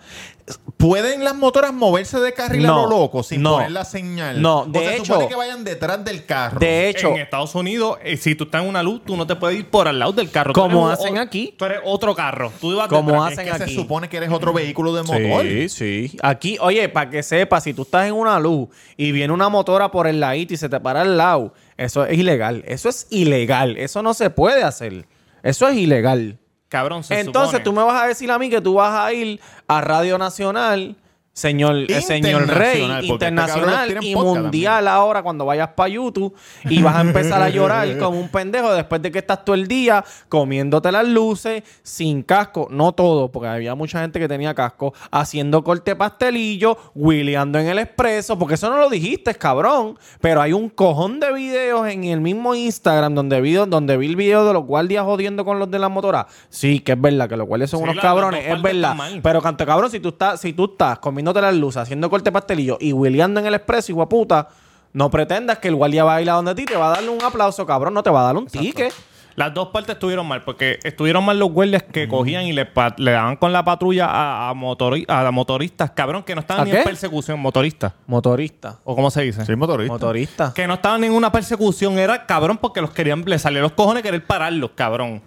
¿Pueden las motoras moverse de carril a No, lo loco sin no. poner la señal? No, ¿O de se hecho- supone que vayan detrás del carro. De hecho, en Estados Unidos, eh, si tú estás en una luz, tú no te puedes ir por al lado del carro. Tú Como eres un- hacen o- aquí. Tú eres otro carro. Tú ibas Como detrás. hacen que aquí. se supone que eres otro vehículo de motor. Sí, sí. Aquí, oye, para que sepas, si tú estás en una luz y viene una motora por el ladito y se te para al lado, eso es ilegal. Eso es ilegal. Eso no se puede hacer. Eso es ilegal. Cabrón, se Entonces supone. tú me vas a decir a mí que tú vas a ir a Radio Nacional, señor, eh, señor Rey, Internacional, porque este cabrón internacional tiene y podcast mundial ahora cuando vayas para YouTube y vas a empezar a llorar como un pendejo después de que estás todo el día comiéndote las luces sin casco, no todo, porque había mucha gente que tenía casco, haciendo corte pastelillo, wheeleando en el expreso, porque eso no lo dijiste, cabrón, pero hay un cojón de videos en el mismo Instagram donde vi, donde vi el video de los guardias jodiendo con los de la motora. Sí, que es verdad, que los guardias son Sí, unos la- cabrones, las dos es partes verdad, están mal. pero canto cabrón, si tú estás, si tú estás comiéndote las luces, haciendo corte pastelillo y huileando en el expreso, hijo de puta, no pretendas que el guardia va a ir a donde ti, te va a darle un aplauso, cabrón, no te va a dar un ticket. Las dos partes estuvieron mal, porque estuvieron mal los guardias que cogían y le, pa- le daban con la patrulla a, a motori- a motoristas, cabrón, que no estaban ¿A ni qué? en persecución, motoristas. Motorista. ¿O cómo se dice? Soy motorista. Motorista. Que no estaban en una persecución, era cabrón, porque los querían, le salían los cojones querer pararlos, cabrón.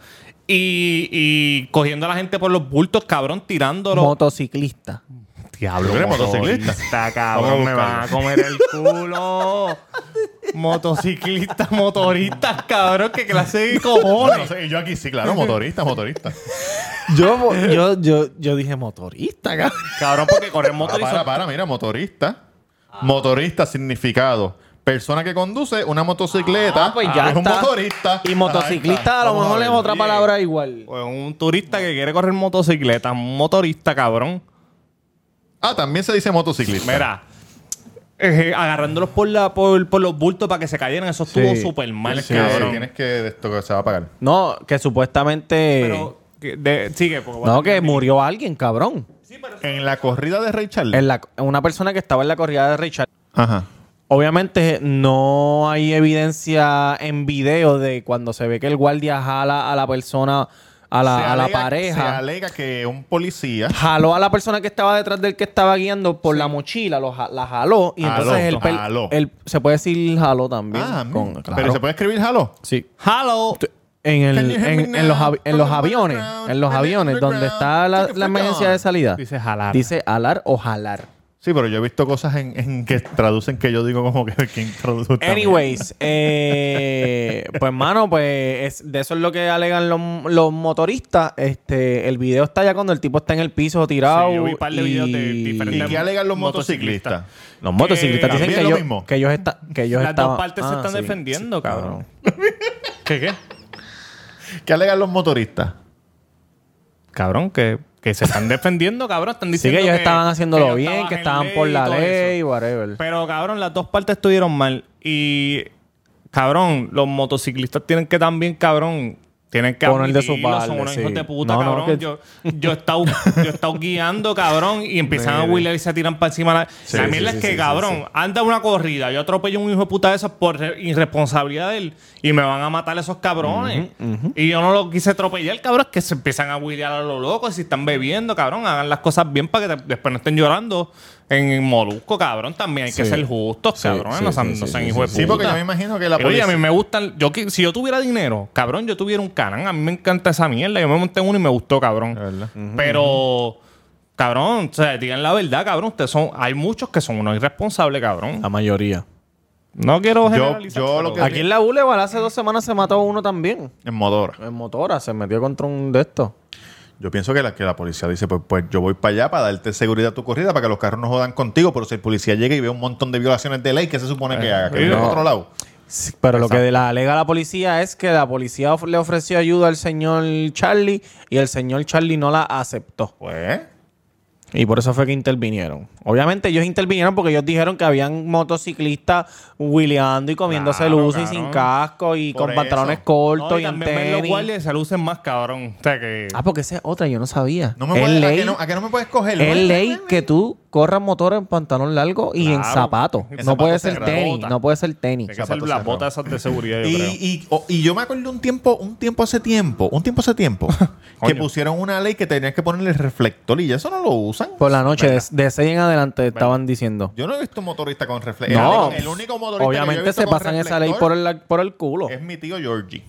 Y, y cogiendo a la gente por los bultos, cabrón, tirándolos. Motociclista. Diablo, ¿Tú eres motociclista? Está Vamos a cabrón, me buscarlo. van a comer el culo. Motociclistas, motoristas, cabrón, qué clase de Bueno, cojones. sí, yo aquí sí, claro, motorista, motorista. Yo, yo, yo, yo dije motorista, cabrón. Cabrón, porque correr Ah, motor y para, son- para, mira, motorista. Motorista significado. Persona que conduce una motocicleta. Ah, pues ya es un está. motocista. Y motociclista a lo mejor es otra palabra igual. o un turista que quiere correr motocicleta, un motorista, cabrón. Ah, también se dice motociclista. Mira, eh, agarrándolos por, la, por, por los bultos para que se cayeran, eso estuvo Sí. súper mal, Sí, sí, cabrón. tienes que de esto que se va a pagar. No, que supuestamente. Pero, que- de- Eh, sigue, porque voy a no, que terminar. murió alguien, cabrón. En la corrida de Ray Charles. En la- una persona que estaba en la corrida de Richard. Ajá. Obviamente no hay evidencia en video de cuando se ve que el guardia jala a la persona a la, Se a la alega- Se pareja. alega que un policía. Jaló a la persona que estaba detrás del que estaba guiando por la mochila, lo ja- la jaló y Jaló, entonces el, pel- jaló. el- se puede decir jaló también. Ah, mm, con- Pero claro. se puede escribir Halo. Sí. Hello. En, el- Can you hear me en- en los, avi- en los now? aviones, en los aviones, donde está la, la emergencia de salida, Dice jalar. dice alar o jalar. Sí, pero yo he visto cosas en, en que traducen que yo digo como que ¿quién traduce esta Anyways, eh, pues mano, pues es- de eso es lo que alegan los, los motoristas. Este, el video está ya cuando el tipo está en el piso tirado. Sí, yo vi par de y- videos de diferentes- mierda? ¿Y qué alegan los Motociclistas. motociclistas? Los motociclistas Que dicen que también lo ellos, mismo. que ellos está- que ellos Las estaban- dos partes se Ah, están sí, defendiendo, sí, cabrón. ¿Qué qué? ¿Qué alegan los motoristas? Cabrón, que, que se están defendiendo, cabrón. Están Sí, diciendo que ellos estaban haciéndolo ellos bien, que en estaban por y la todo ley, eso. whatever. Pero, cabrón, las dos partes estuvieron mal. Y, cabrón, los motociclistas tienen que también, cabrón, tienen que Poner de admitirlo, sus baldes, Son unos sí. hijos de puta, No, no, cabrón. que- Yo, yo he estado, yo he estado guiando, cabrón, y empiezan a huiler y se tiran para encima. La, la sí, mierda sí, es que, sí, sí, cabrón, anda una corrida, yo atropello a un hijo de puta de esos por re- irresponsabilidad de él y me van a matar esos cabrones. Y yo no lo quise atropellar, cabrón, es que se empiezan a huilear a lo loco. Si están bebiendo, cabrón, hagan las cosas bien para que te- después no estén llorando en, en Molusco, cabrón. También hay que Sí. ser justos, Sí, cabrón. sí, no sean, sí, no sí, sean sí, hijos de Sí, porque puta. yo me imagino que la Y, Oye, policía. a mí me gustan. Yo, qui- si yo tuviera dinero, cabrón, yo tuviera un canal. A mí me encanta esa mierda. Yo me monté en uno y me gustó, cabrón. De verdad. Pero, cabrón, o sea, digan la verdad, cabrón. Ustedes son, hay muchos que son unos irresponsables, cabrón. La mayoría. No quiero Ah, Yo- generalizar. yo lo pero- que- Aquí en la Boulevard hace dos semanas se mató uno también. En Modora. En motora, se metió contra un de estos. Yo pienso que la, que la policía dice, pues, pues yo voy para allá para darte seguridad a tu corrida, para que los carros no jodan contigo, pero si el policía llega y ve un montón de violaciones de ley, ¿qué se supone que haga? Que sí, vive en no. otro lado. Sí, pero lo que de la alega la policía es que la policía of- le ofreció ayuda al señor Charlie y el señor Charlie no la aceptó. Pues, Y por eso fue que intervinieron. Obviamente ellos intervinieron porque ellos dijeron que habían motociclistas wheeleando y comiéndose Claro, el uso y claro. sin casco y Por con pantalones eso. cortos No, y, y en también ven los tenis. guardias y se lucen más, cabrón. O sea que. Ah, porque esa es otra, yo no sabía. no me es puedes, ¿a, ley, que no, a que no me puedes coger? es Ay, ley ay, ay. que tú corras motor en pantalón largo y en Claro. zapato. En No zapato puede ser cerrado. tenis, no puede ser tenis. Tiene que ser zapatos las cerrados. botas esas de seguridad, yo Y, creo. y, o- y yo me acuerdo un tiempo, un tiempo hace tiempo, un tiempo hace tiempo, que Coño. pusieron una ley que tenías que ponerle reflector y ya eso no lo usan. Por la noche, de, de 6 en adelante estaban diciendo. Yo no he visto un motorista con reflector. No, el único motorista que yo he obviamente visto se con pasan esa ley por reflector el, por el culo. Eh, Es mi tío Georgie.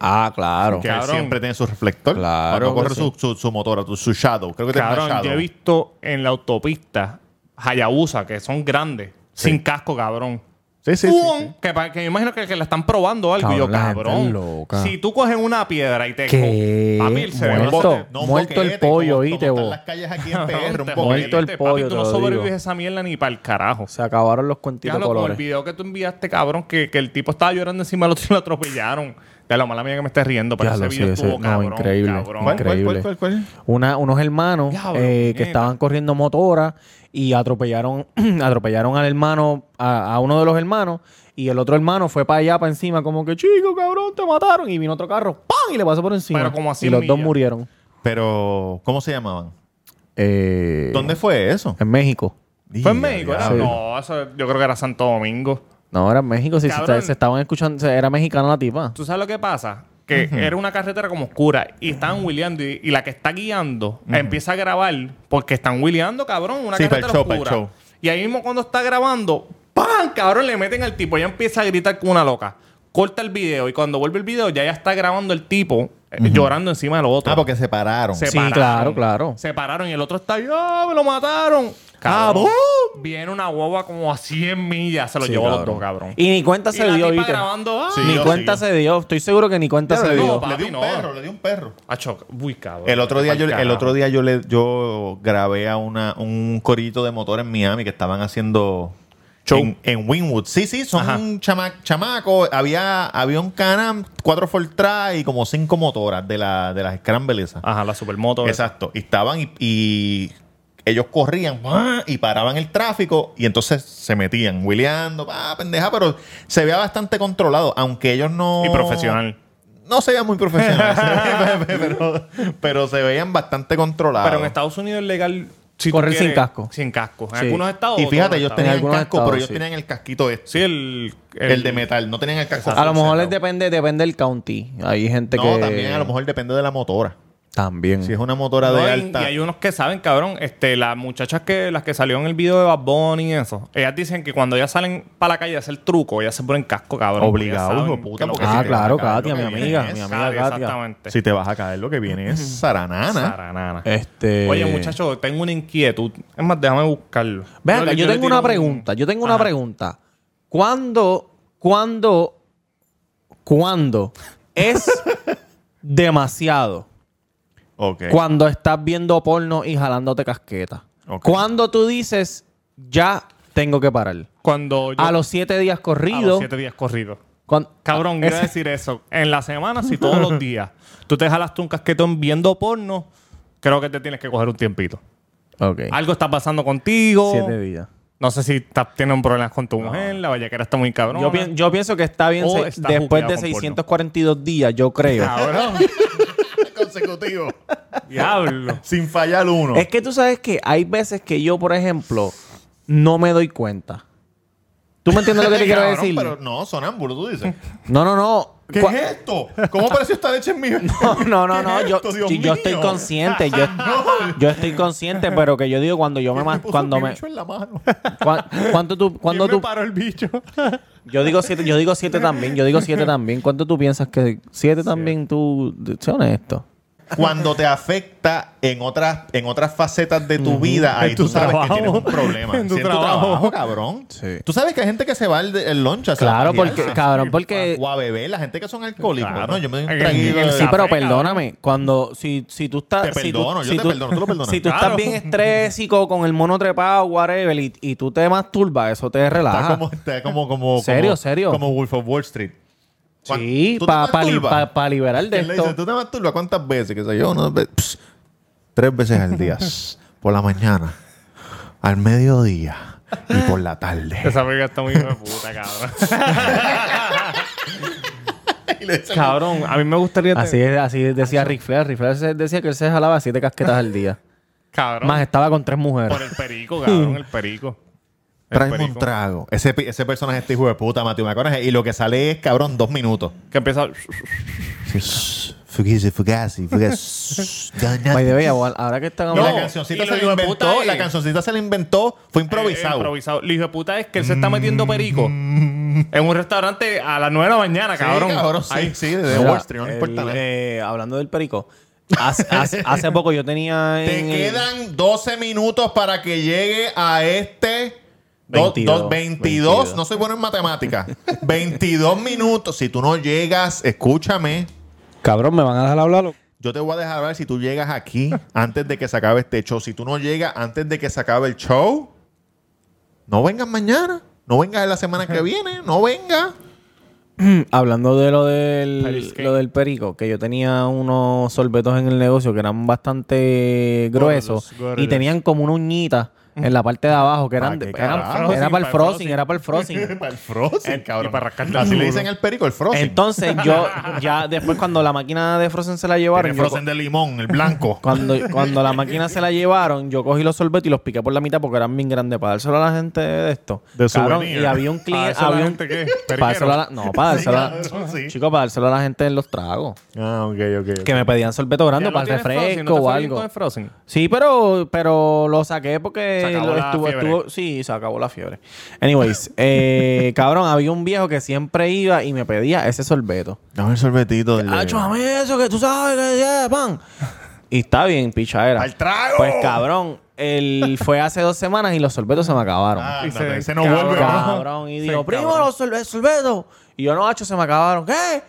Ah, claro. Que Cabrón. él siempre tiene su reflector. Claro Cuando corre que su, su, su motora, tu- su shadow. Creo que tiene una Cabrón, shadow. yo he visto en la autopista Hayabusa, que son grandes, sin casco, cabrón. Sí, sí, sí, ¡Pum! sí. Que, pa- que me imagino que, que la están probando algo. y yo, Cabrón, la gente es cabrón. loca. Si tú coges una piedra y te. ¿Qué? A mí el cerebro. Muerto. no te- No, un Muerto el boquete, pollo, como- ¿viste, como vos? están las calles aquí en PR, un te- boquete. Muerto el papi, pollo, Tú te no lo sobrevives digo. a esa mierda ni para el carajo. Se acabaron los cuentitos Diablo, como el colores. video que tú enviaste, cabrón, que, que el tipo estaba llorando encima del otro y lo atropellaron. De la mala mía que me esté riendo, pero Diablo, ese video sí, ese- estuvo no, cabrón. increíble. cabrón. ¿Cuál? Increíble. Una- unos hermanos Diablo, eh, que puñeta. estaban corriendo motora y atropellaron, atropellaron al hermano, a, a uno de los hermanos, y el otro hermano fue para allá, para encima, como que chico, cabrón, te mataron. Y vino otro carro, ¡pam! y le pasó por encima. Pero como a y 100 los dos millas. murieron. Pero, ¿cómo se llamaban? Eh, ¿Dónde fue eso? En México. ¿Fue en México? Diablo. ¿verdad? No, eso yo creo que era Santo Domingo. No, era en México. Si se, Cabrón. se estaban escuchando, se- era mexicana la tipa. ¿Tú sabes lo que pasa? Que era una carretera como oscura y estaban wheeleando y, y la que está guiando empieza a grabar porque están wheeleando, cabrón, una Sí, para el carretera show, para el oscura. show. Y ahí mismo cuando está grabando, ¡pam! Cabrón, le meten al tipo. Ella empieza a gritar como una loca. Corta el video y cuando vuelve el video ya ya está grabando el tipo eh, llorando encima del otro. Ah, porque se pararon. Se Sí, pararon. claro, claro. Se pararon y el otro está, ¡ah, me lo mataron! ¡Cabrón! Viene una guagua como a 100 millas, se lo Sí, llevó a los cabrón. dos, cabrón. Y ni cuenta se la dio, tipa ¿viste? grabando, ¡ah! Sí. Ni yo, cuenta sí, se dio. Estoy seguro que ni cuenta Claro, se le, dio. dio, No, le dio un papi, no. perro, le dio un perro. Acho, Ah, uy, cabrón. El otro día, yo, Pa'l el otro carajo. día yo le yo grabé a una, un corito de motor en Miami que estaban haciendo Show. en, en Winwood. Sí, sí, son Ajá. un chama- chamaco. Había, había un Canam, cuatro Fortra y como cinco motoras de, la, de las Scramble esas. Ajá, la supermoto. Exacto. Y estaban y, y ellos corrían ¡guau! y paraban el tráfico y entonces se metían, wheeleando, pa, pendeja, pero se veía bastante controlado, aunque ellos no... Y profesional. No se veían muy profesionales, se veían- pero, pero se veían bastante controlados. Pero en Estados Unidos es legal si tú Correr sin quieres- casco. Sin casco. En Sí. algunos estados. Y fíjate, ellos yo tenían el algunos casco, estados, pero ellos sí. tenían el casquito este, Sí, el, el, de metal. No tenían el casco. A lo full mejor les cerrado. depende, depende del county. Hay gente que. No, también a lo mejor depende de la motora. También. Si es una motora No, de y- alta. Y hay unos que saben, cabrón, este, las muchachas que, las que salieron en el video de Bad Bunny y eso, ellas dicen que cuando ellas salen para la calle a hacer truco, ellas se ponen casco, cabrón. Obligado, porque ellas hijo de saben puta, que lo porque que si Ah, te claro, vas a caer, Katia, lo mi que viene amiga, es mi sabe amiga Ah, Katia. Exactamente. Si te vas a caer, lo que viene es zaranana. Saranana. Este. Oye, muchacho, tengo una inquietud. Es más, déjame buscarlo. Ven acá, le- yo, le tengo tiro una un- pregunta. Yo tengo una Ajá. pregunta. ¿Cuándo, cuándo, cuándo es demasiado? Ok. Cuando estás viendo porno y jalándote casqueta. Ok. Cuando tú dices, ya tengo que parar. Cuando yo- a los siete días a los corrido. siete días corridos. cuan- Cabrón, Ah, yo iba a decir eso. En la semana, si todos los días tú te jalaste un casquetón viendo porno, creo que te tienes que coger un tiempito. Ok. Algo está pasando contigo. Siete días. No sé si ta- tienen problemas con tu mujer, la vallaquera está muy cabrón. Yo, pien- yo pienso que está bien. O Oh, se- está después juqueado de con porno. 642 días, yo creo. Cabrón, consecutivo. diablo. Sin fallar uno. Es que tú sabes que hay veces que yo, por ejemplo, no me doy cuenta. ¿Tú me entiendes lo que te quiero Cabrón, decir? Pero no, sonámbulo, tú dices. No, no, no. ¿Qué Cua- es esto? ¿Cómo apareció esta leche en mi No, no, ¿Qué no. es Yo, esto, Dios yo mío? estoy consciente. Yo, yo estoy consciente, pero que yo digo cuando yo me... ¿Quién ma- puso Cuando mi me bicho en la mano? cua- ¿Cuánto tú...? Cuando ¿Quién tú me paró el bicho? yo digo siete, yo digo siete también. Yo digo siete también. ¿Cuánto tú piensas que siete también tú... Sé honesto. Cuando te afecta en otras, en otras facetas de tu vida, ahí tu tú sabes trabajo. que tienes un problema. En tu Sí, trabajo. cabrón. Sí. Tú sabes que hay gente que se va el, el lunch a Claro, zarandearse. porque... Cabrón, porque... O a beber, la gente que son alcohólicos. Claro. ¿no? Yo me doy un En el- traguito en el de- Sí, café, pero cabrón. perdóname, cuando si, si tú estás... Te si tú- perdono, yo si te perdono, tú lo perdonas. Si tú Claro. estás bien estrésico, con el mono trepado, whatever, y, y tú te masturbas, eso te Está relaja. como, está como, como, Ah. Serio, como- serio. Como Wolf of Wall Street. Sí, ¿Tú te para masturbas? liberar de Él le dice, esto. ¿tú te masturbas cuántas veces? Que sé yo, no, ve- pss, tres veces al día. por la mañana, al mediodía y por la tarde. Esa película está muy hijo de puta, cabrón. Y le dice, cabrón, a mí me gustaría... Así, tener- es- así Ah, decía Ric Flair. Ric Flair se- decía que él se jalaba siete casquetas al día. Cabrón. Más estaba con tres mujeres. Por el perico, cabrón, el perico. El Tráeme un perico. trago. Ese, pi- ese personaje este hijo de puta, Matthew McConaughey. Y lo que sale es, cabrón, dos minutos. Que empieza... Fugazi, fugazi, fugazi. By the way, ahora- ahora que están la hablando- cancioncita y lo se hijo la de puta inventó. es- La cancioncita se la inventó. Fue Eh, improvisado. improvisado. El hijo de puta es que él se está metiendo perico en un restaurante a las 9 de la mañana, Mm. Sí, cabrón. sí, Ahí- sí, de Mira, Wall Street, no le el- importa nada. eh, hablando del perico, hace, hace- hace poco yo tenía. Te en el- quedan 12 minutos para que llegue a este. do- 22, do- 22, 22, no soy bueno en matemáticas. 22 minutos. Si tú no llegas, escúchame. Cabrón, me van a dejar hablar. loco? Yo te voy a dejar hablar si tú llegas aquí antes de que se acabe este show. Si tú no llegas antes de que se acabe el show, no vengas mañana. No vengas la semana que viene. No vengas. Hablando de lo Paris del, Kane. lo del perico, que yo tenía unos sorbetos en el negocio que eran bastante gruesos gordos. y tenían como una uñita en la parte de abajo que eran, ¿Para qué eran- carajo? era para el Frosting, frosting, era para el frosting. para el frozen, Eh, y para rascarte Así el le culo. dicen al perico, el frozen. Entonces yo ya después cuando la máquina de frozen se la el llevaron, yo frozen de limón, el blanco. co- cuando, cuando la máquina se la llevaron, yo cogí los sorbetos y los piqué por la mitad porque eran bien grandes para dárselo a la gente de esto. De Cabrón, souvenir. y había un ¿Para cliente, eso la había un gente qué? para dárselo a la- no, para dárselo a, Sí, cabrón, sí. chico, para dárselo a la gente en los tragos. Ah, ok, ok. ok. Que me pedían sorbeto grande para el refresco o algo. Sí, pero, pero lo saqué porque Se acabó lo la estuvo, fiebre. estuvo- sí, se acabó la fiebre. Anyways, eh, cabrón, había un viejo que siempre iba y me pedía ese sorbeto. Dame el sorbetito. del de- Ah, chúame eso que tú sabes que ya, pan. Y está bien, pichadera. ¡Al trago! Pues cabrón, él fue hace dos semanas y los sorbetos se me acabaron. Ah, Y no, se- ese no cabrón. vuelve. ¿no? Cabrón. Y Sí, digo, primo, cabrón. los sorbe- sorbetos. Y yo, no, hacho, se me acabaron. ¿Qué?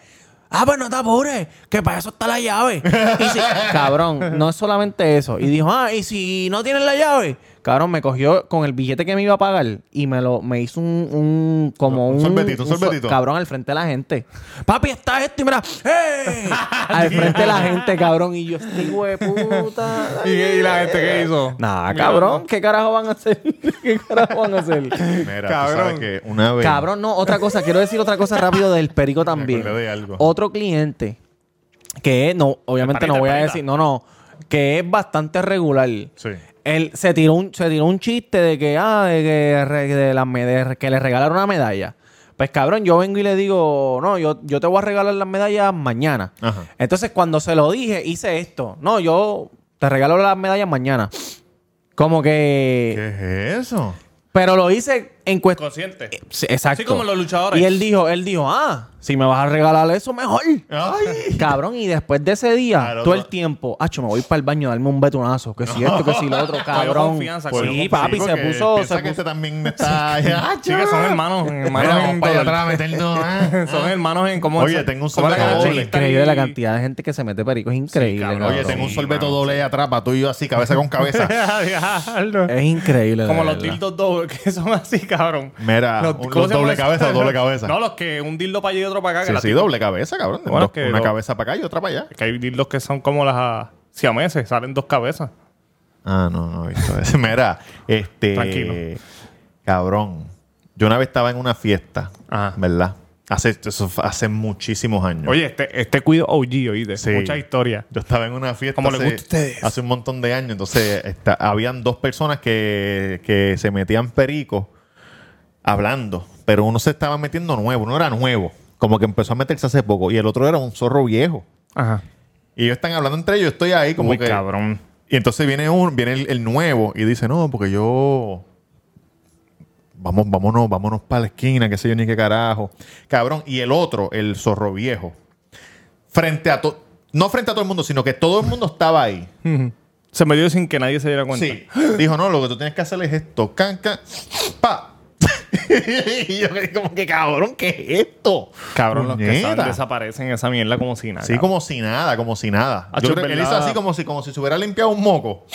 Ah, pues no te apures, que para eso está la llave. Y si- cabrón, no es solamente eso. Y dijo, ah, y si no tienes la llave, cabrón, me cogió con el billete que me iba a pagar y me lo me hizo un, un como Un un, sorbetito, un so- sorbetito. cabrón, al frente de la gente. Papi, está esto y mira, ¡eh! al frente de la gente, cabrón. Y yo, este hijo de puta. ¿Y, y la gente qué hizo? Nah, cabrón, ¿qué carajo van a hacer? ¿Qué carajo van a hacer? Mira, Cabrón. tú sabes que una vez. Cabrón, no, otra cosa, quiero decir otra cosa rápido del perico también. acordé de algo. Otro cliente que es- no, obviamente El no panita, voy el a panita. decir, no, no, que es bastante regular. Sí. él se tiró un, se tiró un chiste de que, ah, de que, re- de la me- de que le regalaron una medalla. Pues cabrón, yo vengo y le digo, no, yo, yo te voy a regalar las medallas mañana. Ajá. Entonces, cuando se lo dije, hice esto. No, yo te regalo las medallas mañana. Como que. ¿Qué es eso? Pero lo hice en cuestión. Consciente. exacto. Así como los luchadores. Y él dijo, él dijo, ah, si me vas a regalar eso, mejor. Ay. Cabrón, y después de ese día, Claro, todo no. el tiempo, acho, me voy para el baño a darme un betunazo. Que si esto, que si lo otro, cabrón. confianza, sí, cogió papi, se Porque puso. Piensa Se puso que este también me está. ¡Ah, Sí, que son hermanos, hermanos Mira, en vamos para allá dólar. atrás a meternos. ah, ah. Son hermanos en cómo Oye, tengo un cómo soldado la canasta doble. chiquita increíble y- la cantidad de gente que se mete perico. Es increíble. Cabrón, Oye, cabrón. tengo un sorbeto doble ahí atrás para tú y yo así, cabeza con cabeza. Diablo. Es increíble. de Como los verdad. dildos dobles, que son así, cabrón. Mira, un- ¿cómo los se llama doble eso? cabeza, doble cabeza. No, los que un dildo para allá y otro para acá. Sí, que la sí, tipa- doble cabeza, cabrón. Bueno, Dos- que una do- cabeza para acá y otra para allá. Que hay dildos que son como las ah, siameses, salen dos cabezas. Ah, no, no he visto eso. Mira, este. Tranquilo. Cabrón. Yo una vez estaba en una fiesta, Ajá. ¿verdad? Hace, eso fue hace muchísimos años. Oye, este, este cuido OG, oíste. Sí. Mucha historia. Yo estaba en una fiesta Como les hace- gusta a ustedes. hace un montón de años. Entonces, esta- habían dos personas que, que se metían perico hablando, pero uno se estaba metiendo nuevo, uno era nuevo, como que empezó a meterse hace poco, y el otro era un zorro viejo. Ajá. Y ellos están hablando entre ellos, estoy ahí como Muy que... cabrón. Y entonces viene uno, viene el, el nuevo y dice, no, porque yo... Vamos, vámonos, vámonos para la esquina, qué sé yo, ni qué carajo. Cabrón. Y el otro, el zorro viejo, frente a todo... No frente a todo el mundo, sino que todo el mundo estaba ahí. Se me dio sin que nadie se diera cuenta. Sí. Dijo, no, lo que tú tienes que hacer es esto. Can, can, pa. y yo como que, cabrón, ¿qué es esto? Cabrón, los que Puñeta. salen desaparecen esa mierda como si nada. Así como si nada, como si nada. Ah, Yo es creo que él hizo verdad. así como si, como si se hubiera limpiado un moco.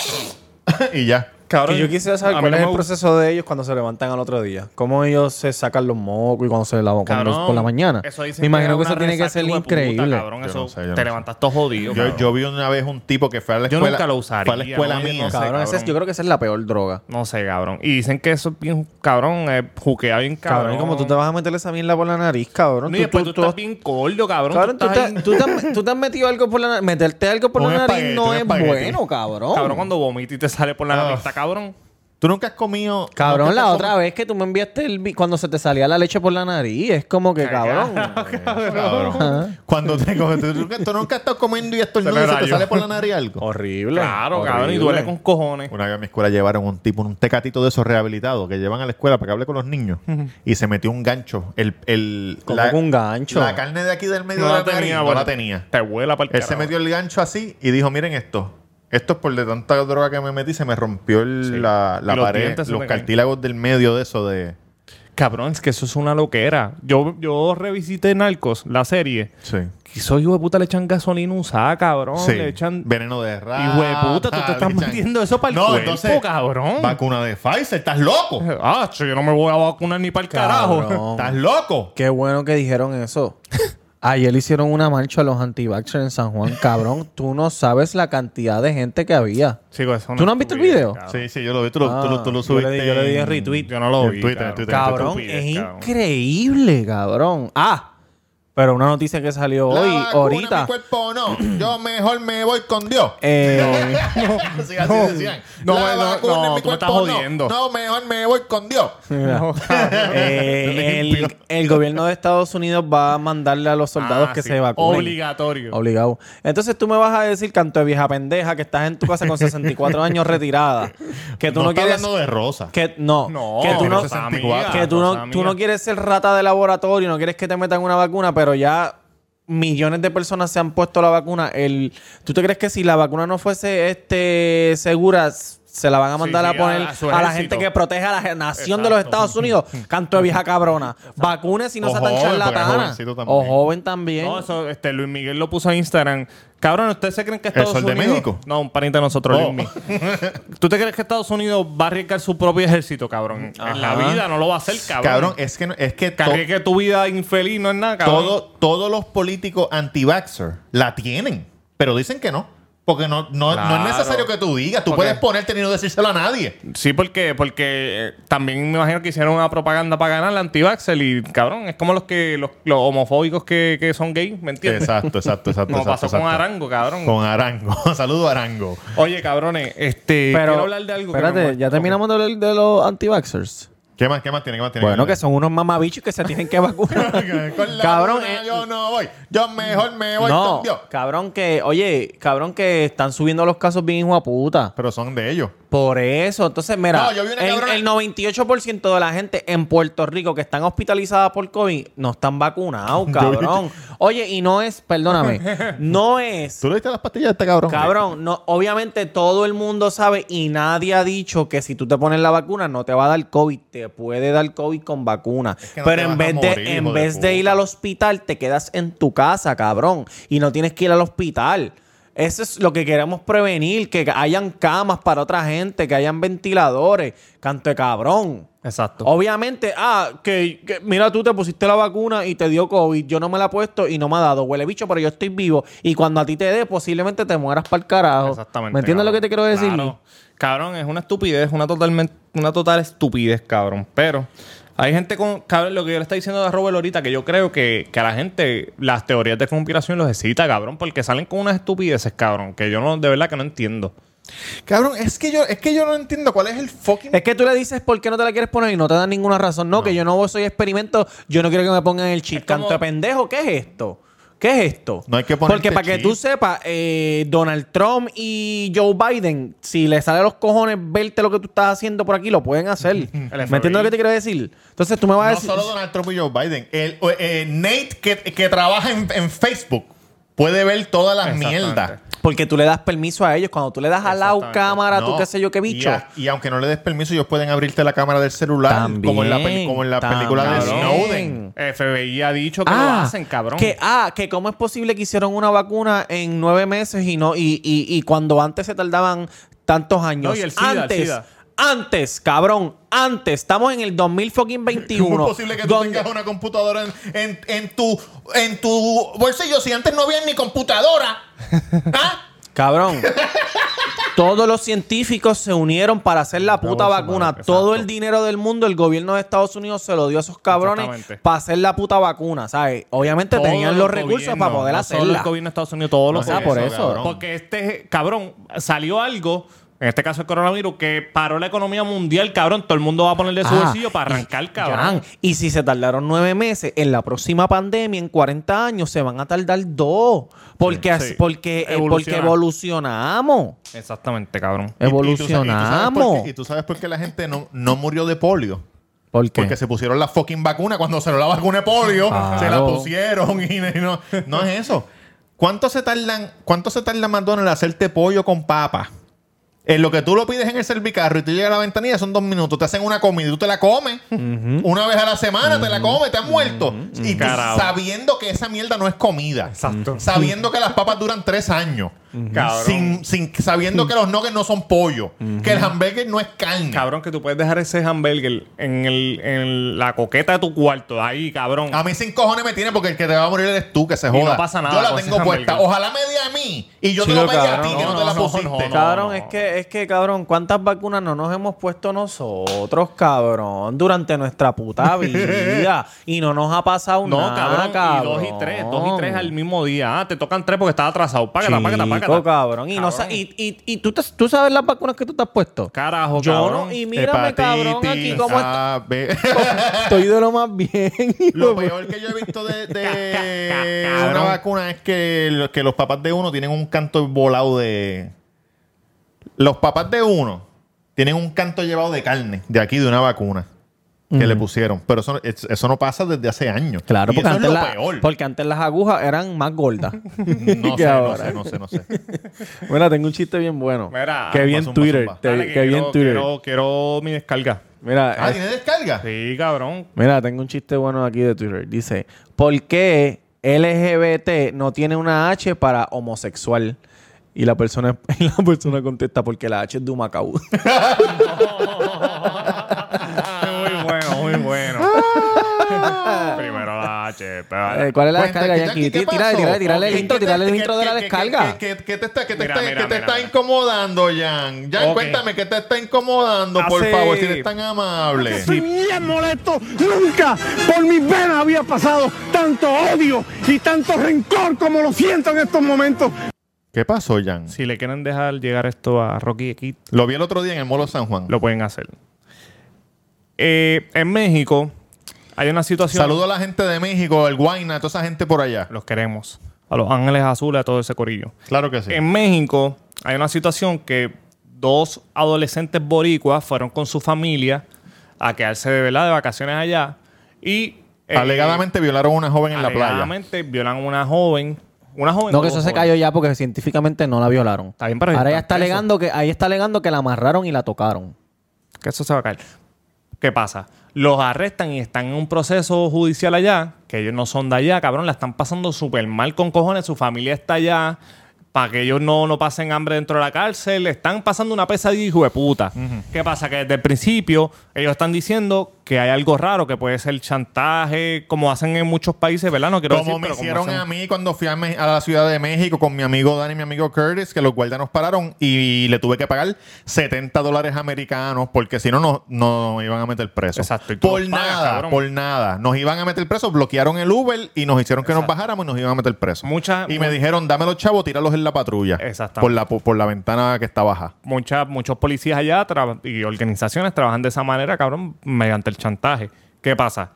y ya. cabrón. Que yo quisiera saber a mí cuál no es me el gusta. proceso de ellos cuando se levantan al otro día. Cómo ellos se sacan los mocos y cuando se lavan cuando- Cabrón, por la mañana. eso dicen Me imagino era que eso una tiene que resaca, ser hijo de puta, increíble. cabrón, Yo eso no sé, yo no te sé. levantas todo jodido. Yo, cabrón. yo vi una vez un tipo que fue a la Yo escuela. nunca lo usaría, Fue a la escuela no, mía. no sé. Cabrón, esa es- cabrón. yo creo que esa es la peor droga. No sé, cabrón. Y dicen que eso es bien, cabrón, eh, juquea bien cabrón. Cabrón, ¿y cómo tú te vas a meter esa mierda por la nariz, cabrón? No, y después tú, estás bien gordo, cabrón. Cabrón, tú, estás te, ahí- tú te has- tú te has metido algo por la nariz. Meterte algo por Un la nariz espagueti, no un es espagueti. bueno, cabrón. Cabrón, Ah. Cabrón, cuando vomitas y te sale por la nariz, está cabrón. Tú nunca has comido. nunca te la has otra comido- vez que tú me enviaste el vi- cuando se te salía la leche por la nariz, es como que cabrón. Cabrón. Cuando te coges. Tú, nunca- tú nunca estás comiendo y esto Se me y se te rayó. sale por la nariz algo. Horrible. Claro, cabrón, y duele con cojones. Una vez a mi escuela llevaron un tipo, un tecatito de esos rehabilitados que llevan a la escuela para que hable con los niños. y se metió un gancho. El, el, ¿Cómo que un gancho? La carne de aquí del medio No de la la nariz tenía, no bueno. la tenía. Te vuela para el Él se carajo. metió el gancho así y dijo, miren esto. Esto es por de tanta droga que me metí, se me rompió el- Sí. la, la Y los pared, dientes se los me caen. cartílagos del medio de eso de... Cabrón, es que eso es una loquera. Yo, yo revisité Narcos, la serie. Sí. Y esos hijos de puta le echan gasolina usada, cabrón. Sí. Le echan... Veneno de rata. Hijo de puta, tú te estás le echan- metiendo eso para el cuerpo, cabrón. Vacuna de Pfizer, estás loco. Ah, che, yo no me voy a vacunar ni para el carajo. Cabrón. Estás loco. Qué bueno que dijeron eso. Ayer le hicieron una marcha a los anti en San Juan. Cabrón, tú no sabes la cantidad de gente que había. Chico, eso ¿Tú no has visto el estupidez, video? cabrón. Sí, sí, yo lo vi, tú lo, tú lo- tú lo Ah, yo le subiste. di- yo le di en retweet. Yo no lo en vi, Twitter, en Twitter, en cabrón. Twitter. Cabrón, estupidez, es cabrón. increíble, cabrón. Ah, pero una noticia que salió La hoy, vacuna, mi ahorita. cuerpo no. Yo mejor me voy con Dios. eh, Así, así decían. No, La no, vacuna, no, mi tú me cuerpo estás jodiendo. No, mejor me voy con Dios. mira, eh, el, el gobierno de Estados Unidos va a mandarle a los soldados Ah, que sí. se vacunen. Obligatorio. Obligado. Entonces tú me vas a decir, canto de vieja pendeja, que estás en tu casa con 64 años retirada. Que tú no, está quieres. hablando de rosa. Que, no, No, que tú no, Rosa. que tú no, tú no quieres ser rata de laboratorio, no quieres que te metan una vacuna, pero ya millones de personas se han puesto la vacuna. El, ¿Tú te crees que si la vacuna no fuese este segura, s- se la van a mandar sí, a poner a- a su a, la ejército. gente que protege a la ge- nación de los Estados Unidos? Canto de vieja cabrona. Vacune si no O sea tan joven, porque charlatana. jovencito también. O joven también. No, eso, este, Luis Miguel lo puso en Instagram. Cabrón, ¿ustedes se creen que Estados Sol de Unidos... México? No, un pariente de nosotros, Oh. Luis Miguel. ¿Tú te crees que Estados Unidos va a arriesgar su propio ejército, cabrón? En la vida no lo va a hacer, Cabrón, cabrón. es que, no- es que Que to- arriesgue tu vida infeliz no es nada, cabrón. todo, todos los políticos anti-vaxxer la tienen, pero dicen que no. Porque no, no, no Claro. es necesario que tú digas. Tú Ok. puedes ponerte y no decírselo a nadie. Sí, porque, porque eh, también me imagino que hicieron una propaganda para ganar la antivaxel y cabrón, es como los que los, los homofóbicos que, que son gays, ¿me entiendes? Exacto, exacto, exacto. Como exacto, pasó con exacto. Arango, cabrón. Con Arango. Saludo a Arango. Oye, cabrones, este Pero, quiero hablar de algo. que espérate, me- ya terminamos de hablar de los anti-vaxxers. ¿Qué más, qué más tiene? ¿Qué más tiene? Bueno, ¿Qué que son unos mamabichos que se tienen que vacunar. tiene? Eh. Con la cabrón, luna eh, yo no voy. Yo mejor me voy. no, cambio. cabrón que, oye, cabrón que están subiendo los casos bien hijo a puta. Pero son de ellos. Por eso, entonces, mira, No, yo vi una el, cabrona- el 98% de la gente en Puerto Rico que están hospitalizadas por COVID no están vacunados, cabrón. Oye, y no es, perdóname, no es ¿Tú le diste las pastillas a este cabrón? Cabrón, no, obviamente todo el mundo sabe y nadie ha dicho que si tú te pones la vacuna no te va a dar COVID. Te puede dar COVID con vacuna. que no te Pero en vas a vez, morir, de, hijo en de vez de ir puta. al hospital, te quedas en tu casa, cabrón. Y no tienes que ir al hospital. Eso es lo que queremos prevenir, que hayan camas para otra gente, que hayan ventiladores. Canto de cabrón. Exacto. Obviamente, ah, que, que- mira, tú te pusiste la vacuna y te dio COVID. Yo no me la he puesto y no me ha dado. Huele bicho, pero yo estoy vivo. Y cuando a ti te dé, posiblemente te mueras para el carajo. Exactamente. Oh, ¿Me entiendes cabrón. lo que te quiero decir? Claro. Cabrón, es una estupidez, una totalmente, una total estupidez, cabrón. Pero hay gente con. Cabrón, lo que yo le estoy diciendo a Robert ahorita, que yo creo que, que a la gente las teorías de conspiración los excita, cabrón, porque salen con unas estupideces, cabrón, que yo no, de verdad que no entiendo. Cabrón, es que yo, es que yo no entiendo cuál es el fucking. Es que tú le dices por qué no te la quieres poner y no te dan ninguna razón. No, que yo no soy experimento, yo no quiero que me pongan el chip. Es como- Canto de pendejo, ¿qué es esto? ¿Qué es esto? No hay que ponerte Porque para que chip. tú sepas, eh, Donald Trump y Joe Biden, si les sale a los cojones verte lo que tú estás haciendo por aquí, lo pueden hacer. ¿Me entiendes lo que te quiero decir? Entonces tú me vas a No decir... solo Donald Trump y Joe Biden. El, o- eh, Nate, que, que trabaja en, en Facebook, puede ver todas las Exactamente. mierdas. Porque tú le das permiso a ellos. Cuando tú le das a la Exactamente. cámara, tú No. qué sé yo qué bicho. Y, a- y aunque no le des permiso, ellos pueden abrirte la cámara del celular. También, como en la, peli- como en la película de también. Snowden. FBI ha dicho que lo hacen, cabrón. Ah, Que, ah, que cómo es posible que hicieron una vacuna en nueve meses y no, y, y, y cuando antes se tardaban tantos años. No, y el SIDA, el antes, SIDA. antes, cabrón, antes. Estamos en el 2021. ¿Cómo es posible que tú donde- tengas una computadora en, en- en tu, en tu bolsillo si antes no había ni computadora? ¿Ah? Cabrón. Todos los científicos se unieron para hacer la puta Bravo, vacuna. madre, Todo exacto. el dinero del mundo, el gobierno de Estados Unidos se lo dio a esos cabrones Exactamente. para hacer la puta vacuna, ¿sabes? Obviamente Todos tenían los recursos gobiernos, para poder no Solo el hacerla. gobierno de Estados Unidos, todos los Ah, gobiernos. por eso. cabrón. Porque este cabrón salió algo, en este caso el coronavirus, que paró la economía mundial, cabrón. Todo el mundo va a ponerle su Ah, bolsillo para arrancar, cabrón. Cabrón, Y si se tardaron nueve meses, en la próxima pandemia, en 40 años, se van a tardar dos. Porque, as- sí. porque, eh, porque Evoluciona. evolucionamos. Exactamente, cabrón. Y- y tú sa- y tú sabes por qué- Evolucionamos. Y tú sabes por qué la gente no, no murió de polio. ¿Por qué? Porque se pusieron la fucking vacuna. Cuando se la vacuna de polio, Claro. se la pusieron y, y no, no es eso. ¿Cuánto se tardan, cuánto se tarda McDonald's hacerte pollo con papa? En lo que tú lo pides en el servicarro y tú llegas a la ventanilla son dos minutos. Te hacen una comida y tú te la comes. Una vez a la semana te la comes, te has muerto. Y tú Carajo. sabiendo que esa mierda no es comida. Exacto. Sabiendo que las papas duran tres años. Cabrón. Sin, sin- sabiendo que los nuggets no son pollo. Que el hamburger no es carne. Cabrón, que tú puedes dejar ese hamburger en, el, en la coqueta de tu cuarto, ahí, cabrón. Ah, A mí sin cojones me tiene porque el que te va a morir eres tú, que se joda. no pasa nada Yo la con tengo ese puesta. hamburger. Ojalá me dé a mí y yo te Chico, lo pegué a cabrón, ti que no, no, te la no, pusiste. Oh, no, no, no. Cabrón, es que, es que, cabrón, ¿cuántas vacunas no nos hemos puesto nosotros, cabrón? Durante nuestra puta vida. y no nos ha pasado No, nada, cabrón, cabrón. Y dos y tres, dos y tres al mismo día. Ah, te tocan tres porque estás atrasado. Págata, págata, Chico, págata. cabrón. Y, No, sa- y, y, y tú, te- tú sabes las vacunas que tú te has puesto. Carajo, Yo cabrón. no, y mírame, cabrón, aquí Hepatitis, cómo está. A, B. Estoy de lo más bien. Lo peor que yo he visto de, de Cabrón. una vacuna es que, lo- que los papás de uno tienen un canto volado de. Los papás de uno tienen un canto llevado de carne de aquí, de una vacuna que le pusieron. Pero eso, es- eso no pasa desde hace años. Claro, Y porque eso antes, es lo la- peor. porque antes las agujas eran más gordas. No que sé, no ahora. sé, no sé, no sé. Mira, tengo un chiste bien bueno. Mira, que vi en zumba, Twitter. zumba. te- Dale, que que vi en quiero- Twitter. Quiero, quiero mi descarga. Mira, Ah, eh, ¿tiene descarga? Sí, cabrón. mira, tengo un chiste bueno aquí de Twitter. Dice, ¿por qué LGBT no tiene una H para homosexual? Y la persona, y la persona contesta, porque la H es de Humacao. muy bueno, muy bueno. Primero la H, Ah. Eh, ¿Cuál es la Cuenta, descarga, que, Yankee? Pues, ¿qué Tí- pasó? Tírale, tírale, tírale Ok, el intro, ¿qué te- tírale el qué- intro de la qué- qué- descarga. qué- qué- qué te está, qué te Mira, está- mira, qué te mira, está mira. incomodando, Jan? Jan, Ok. Ah, cuéntame, ¿qué te está incomodando, por Hace- favor, si eres tan amable? Estoy bien molesto. Nunca por mis venas había pasado tanto odio y tanto rencor como lo siento en estos momentos. ¿Qué pasó, Jan? Si le quieren dejar llegar esto a Rocky Kid, Lo vi el otro día en el Molo San Juan. lo pueden hacer. Eh, en México hay una situación. Saludo a la gente de México, el Guayna, a toda esa gente por allá. Los queremos. A los Ángeles Azules, a todo ese corillo. Claro que sí. En México hay una situación que dos adolescentes boricuas fueron con su familia a quedarse de verdad de vacaciones allá y eh, Alegadamente violaron a una joven en la playa. alegadamente violan a una joven, una joven No, o que dos eso se jóvenes. cayó ya porque científicamente no la violaron. Está bien, pero Ahora ella está está preso. alegando que, ahí está alegando que la amarraron y la tocaron. que eso se va a caer. ¿Qué pasa? Los arrestan y están en un proceso judicial allá, que ellos no son de allá, cabrón, la están pasando súper mal con cojones, su familia está allá, para que ellos no, no pasen hambre dentro de la cárcel, están pasando una pesadilla hijo de puta. ¿Qué pasa? Que desde el principio ellos están diciendo que hay algo raro, que puede ser chantaje, como hacen en muchos países, ¿verdad? No quiero Como decir, me pero como hicieron hacen- a mí cuando fui a, Me- a la Ciudad de México con mi amigo Dani y mi amigo Curtis, que los guardias nos pararon y le tuve que pagar 70 dólares americanos porque si no, no, no nos iban a meter preso. Exacto, y tú Por los pagas, nada, cabrón. por nada. Nos iban a meter preso, bloquearon el Uber y nos hicieron que nos bajáramos y nos iban a meter preso. Mucha- y me dijeron, dame los chavos, tíralos en la patrulla. Exactamente. Por la, por la ventana que está baja. mucha- muchos policías allá tra- y organizaciones trabajan de esa manera, cabrón, mediante el chantaje. ¿Qué pasa?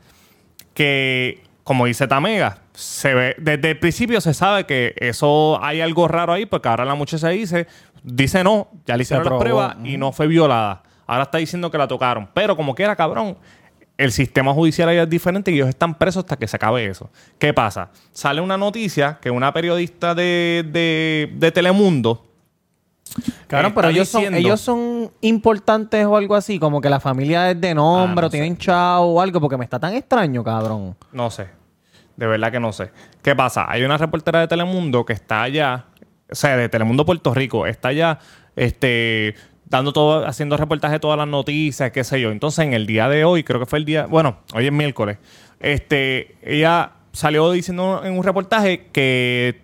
Que, como dice Tamega, se ve, desde el principio se sabe que eso hay algo raro ahí, porque ahora la muchacha dice, dice no, ya le hicieron las probó. pruebas y no fue violada. Ahora está diciendo que la tocaron. Pero como quiera, cabrón, el sistema judicial allá es diferente y ellos están presos hasta que se acabe eso. ¿Qué pasa? Sale una noticia que una periodista de, de, de Telemundo. eh, Claro, está pero ellos son, diciendo- ellos son importantes o algo así, como que la familia es de nombre Ah, no o tienen chao o algo, porque me está tan extraño, cabrón. No sé. De verdad que no sé. ¿Qué pasa? Hay una reportera de Telemundo que está allá, o sea, de Telemundo Puerto Rico, está allá, este, dando todo, haciendo reportaje de todas las noticias, qué sé yo. Entonces, en el día de hoy, creo que fue el día, bueno, hoy es miércoles, este, ella salió diciendo en un reportaje que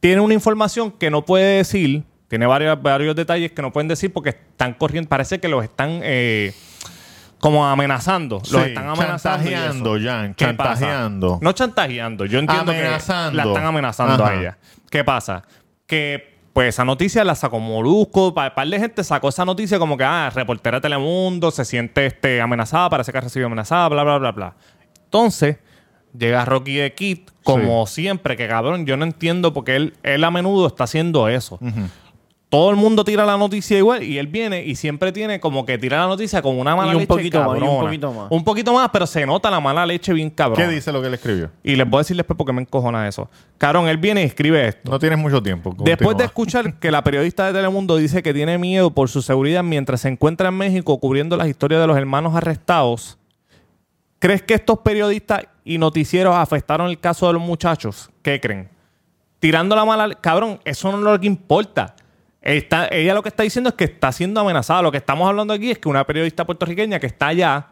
tiene una información que no puede decir, tiene varios, varios detalles que no pueden decir porque están corriendo, parece que los están eh, como amenazando, los Sí, están amenazando. y eso. chantajeando, Jan, ¿Qué pasa? chantajeando. No chantajeando, yo entiendo Amenazando. que la están amenazando Ajá. a ella. ¿Qué pasa? Que pues esa noticia la sacó Molusco, pa- par de gente sacó esa noticia como que, ah, reportera de Telemundo, se siente este, amenazada, parece que ha recibido amenazada, bla, bla, bla, bla. Entonces, llega Rocky de Kid, como siempre, que cabrón, yo no entiendo porque él, él a menudo está haciendo eso. Todo el mundo tira la noticia igual y él viene y siempre tiene como que tira la noticia con una mala Y un leche poquito más, y un cabrona. poquito más. Un poquito más, pero se nota la mala leche bien cabrón. ¿Qué dice lo que él escribió? Y les voy a decir después porque me encojona eso. Carón, él viene y escribe esto. No tienes mucho tiempo. Después de continúa. escuchar que la periodista de Telemundo dice que tiene miedo por su seguridad mientras se encuentra en México cubriendo las historias de los hermanos arrestados, ¿crees que estos periodistas y noticieros afectaron el caso de los muchachos? ¿Qué creen? Tirando la mala... Cabrón, eso no es lo que importa. Está- ella lo que está diciendo es que está siendo amenazada. Lo que estamos hablando aquí es que una periodista puertorriqueña que está allá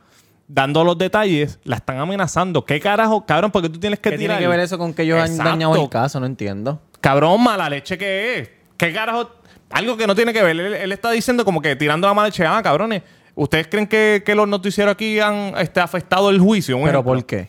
dando los detalles, la están amenazando. ¿Qué carajo, cabrón? Porque tú tienes que ¿Qué tirar... tiene que ver eso con que ellos han Exacto. dañado el caso? No entiendo. Cabrón, mala leche que es. ¿Qué carajo? Algo que no tiene que ver. Él, él está diciendo como que tirando la mala leche. Ah, cabrones. ¿Ustedes creen que, que los noticieros aquí han este, afectado el juicio? Un ¿Pero ejemplo. por qué?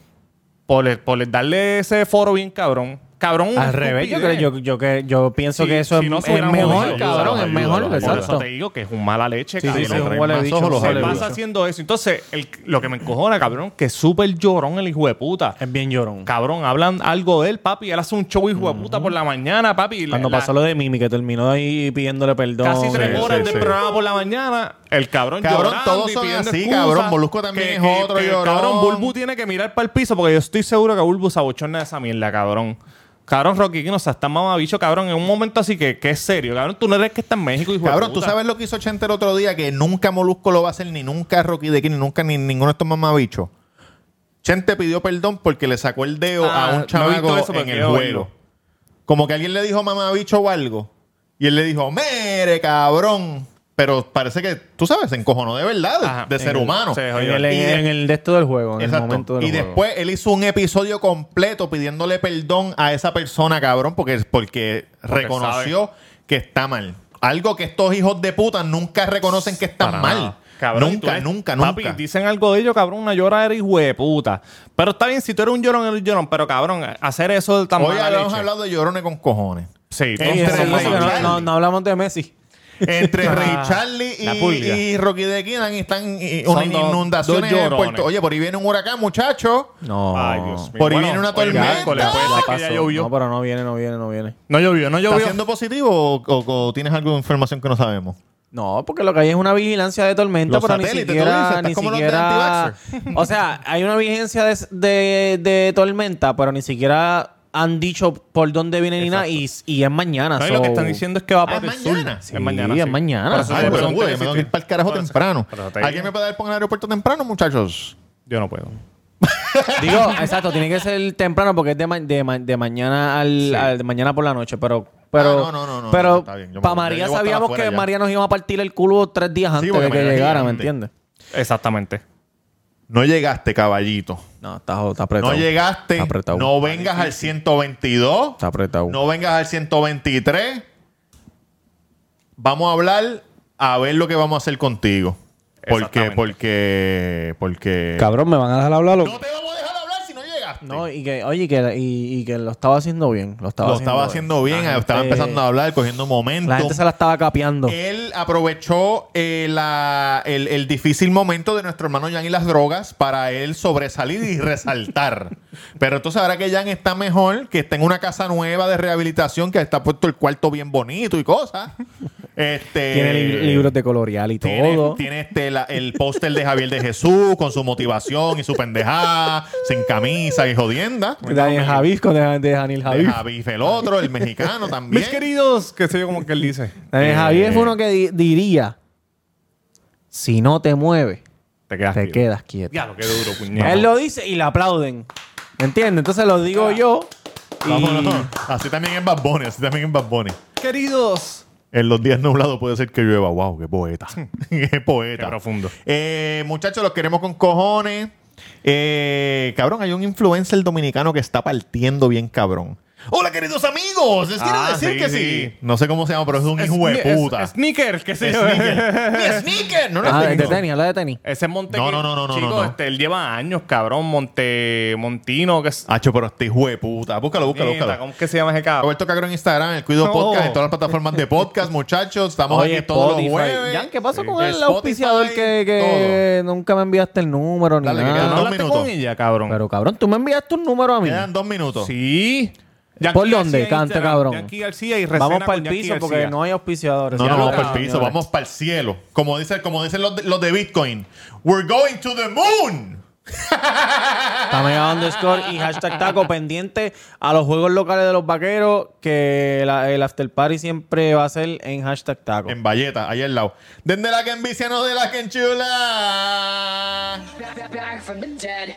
Por, el- por el darle ese foro bien cabrón. Cabrón. Al revés, yo, creo, estupidez. yo, yo, que- yo pienso Si- que eso si es, no es se hubieran mejor, jodido, cabrón, ayuda, es mejor, ayuda, ayuda. Por eso exacto. te digo que es un mala leche, Sí, sí, cabrón. sí, un traen huele más bicho, ojos, los un Se huele Dale, pasa bicho. haciendo eso. Entonces, el- lo que me encojona, cabrón, que es súper llorón el hijo de puta. Es bien llorón. Cabrón, hablan algo de él, papi. Él hace un show hijo de puta por la mañana, papi. y la- Cuando la- pasó lo de Mimi, que terminó ahí pidiéndole perdón. casi tres sí, horas sí, del sí. programa por la mañana. El cabrón Cabrón, llorando todos y son pidiendo así, excusas. cabrón. Molusco también es otro llorón. Cabrón, Bulbu tiene que mirar para el piso porque yo estoy seguro que Bulbu se abochorna de esa mierda, cabrón. Cabrón, Rocky Kino, o sea, está mamabicho, cabrón. En un momento así que, que es serio, cabrón. Tú no eres que está en México, hijo de Cabrón, tú puta. sabes lo que hizo Chente el otro día, que nunca Molusco lo va a hacer, ni nunca Rocky de aquí, ni nunca ni ninguno de estos mamabichos. Chente pidió perdón porque le sacó el dedo a Ah, un no he visto chamaco eso, pero en el quiero juego. verlo. Como que alguien le dijo mamabicho o algo. Y él le dijo, mere, cabrón. Pero parece que, tú sabes, se encojonó de verdad, de- Ajá, de, en ser el- humano. se En jodió. el, Y de- en el de esto del juego, en el Exacto. momento del Y juego. después él hizo un episodio completo pidiéndole perdón a esa persona, cabrón, porque, porque, reconoció que está mal. Algo que estos hijos de puta nunca reconocen que están Para mal. nada. Cabrón, tú nunca, eres- nunca, papi, nunca. dicen algo de ello, cabrón, una llora eres hijo de puta. Pero está bien, si tú eres un llorón, eres un llorón. Pero cabrón, hacer eso de tan Hoy mala hemos leche. hablado de llorones con cojones. Sí, Ey, Entre ese el juego, Rey no, Charlie. no- no hablamos de Messi. Entre Ray Ah, La Charlie y, pulga. y Rocky de Keenan están y- Son unas dos- dos inundaciones en llorones. Puerto. Oye, por ahí viene un huracán, muchacho. No. Ay, Dios mío. Por ahí viene una hoy tormenta. miércoles, Ya puede ser que ya Pasó. llovió. No, pero no viene, no viene, no viene. No llovió, no ¿Está llovió. siendo positivo o, o- o tienes alguna información que no sabemos? No, porque lo que hay es una vigilancia de tormenta, Los pero ni satélites, tú siquiera. dices, estás ni como los de siquiera o sea, hay una vigencia de, de- de tormenta, pero ni siquiera han dicho por dónde viene ni nada. Y, y es mañana. No, y so- lo que están diciendo es que va Ah, para es el sur. mañana. Sí, es mañana. Por eso Ay, yo pero pregunté güey, que me si tengo que ir tú- para el carajo Por eso. temprano. Pero te digo. ¿Alguien me puede dar para el aeropuerto temprano, muchachos? Yo no puedo. Digo, exacto, tiene que ser temprano porque es de, ma- de ma- de mañana al, al- de mañana por la noche, pero pero Ah, no, no, no, no, no, pero está bien, yo me para voy. Ya María yo voy a estar sabíamos afuera que ya. María nos iba a partir el culo tres días antes porque de que María es llegara, ¿me gigante. entiendes? Exactamente. No llegaste, caballito. No, está, está apretado. No llegaste. Está apretado. No vengas al 122. Está apretado. No vengas al 123. Vamos a hablar a ver lo que vamos a hacer contigo. Porque, Exactamente. porque, porque. Cabrón, me van a dejar hablar. No te vamos a dejar hablar si no llegas. No, y que, oye, y que, y, y que lo estaba haciendo bien. Lo estaba, Lo haciendo, estaba haciendo bien, La estaba gente- empezando a hablar, cogiendo momentum. La gente se la estaba capeando. Él aprovechó eh, la- el, el difícil momento de nuestro hermano Jan y las drogas para él sobresalir y resaltar. Pero entonces ahora que Jan está mejor, que está en una casa nueva de rehabilitación, que está puesto el cuarto bien bonito y cosas. Este, tiene li- libros de coloreal y tiene, todo. tiene este, la- el póster de Javier de Jesús con su motivación y su pendejada, sin camisa y jodienda. de Daniel Javisco, de, de Daniel Javi Javis. el otro, el mexicano también. Mis queridos, que sé yo como que él dice. Eh. Daniel Javis es uno que di- diría: si no te mueves, Te Ah, quedas te quedas quieto. Ya, lo que duro, Él puñal. lo dice y le aplauden. ¿Me entiendes? Entonces lo digo yo. y- Vámonos. Así también en Bad Bunny, así también en Bad Bunny. Queridos. En los días nublados puede ser que llueva. ¡Wow! ¡Qué poeta! ¡Qué poeta! Qué profundo. Eh, muchachos, los queremos con cojones. Eh, cabrón, hay un influencer dominicano que está partiendo bien cabrón. ¡Hola, queridos amigos! Les quiero Ah, decir sí, que sí. sí. No sé cómo se llama, pero es un hijo de puta. Es- Sneaker, que sé yo. Sneaker. ¡Mi sneaker! No, no, Ah, tengo. de tenis, habla de tenis. Ese es Monte. No, no, no, no, no, Chico, no, no. Este, él lleva años, cabrón. Monte. Montino. Que es... Hacho, pero este hijo de puta. Búscalo, búscalo, Mierda, búscalo. ¿Cómo que se llama ese cabrón? Roberto Cagro en Instagram, el Cuido No. Podcast, en todas las plataformas de podcast, muchachos. Estamos aquí todos Spotify. los jueves. Jan, ¿qué pasó Sí. con el Spotify, auspiciador que, que nunca me enviaste el número ni Dale, que nada? quedan ¿No dos hablaste minutos. con ella, cabrón? Pero cabrón, tú me enviaste un número a mí. Quedan dos minutos. Sí. ¿Por dónde, García, canta, Instagram, cabrón? Yankee García y Vamos recena para el con Yankee piso porque García. no hay auspiciadores. No, no, Ya, vamos para ya, el piso, Ah, señores. vamos para el cielo. Como dicen, como dicen los, de, los de Bitcoin. We're going to the moon. Tamega underscore y hashtag taco pendiente a los juegos locales de los vaqueros que la- el after party siempre va a ser en hashtag taco. En Valleta, ahí al lado. Desde la que envicia, no de la que enchula. back, back from the dead.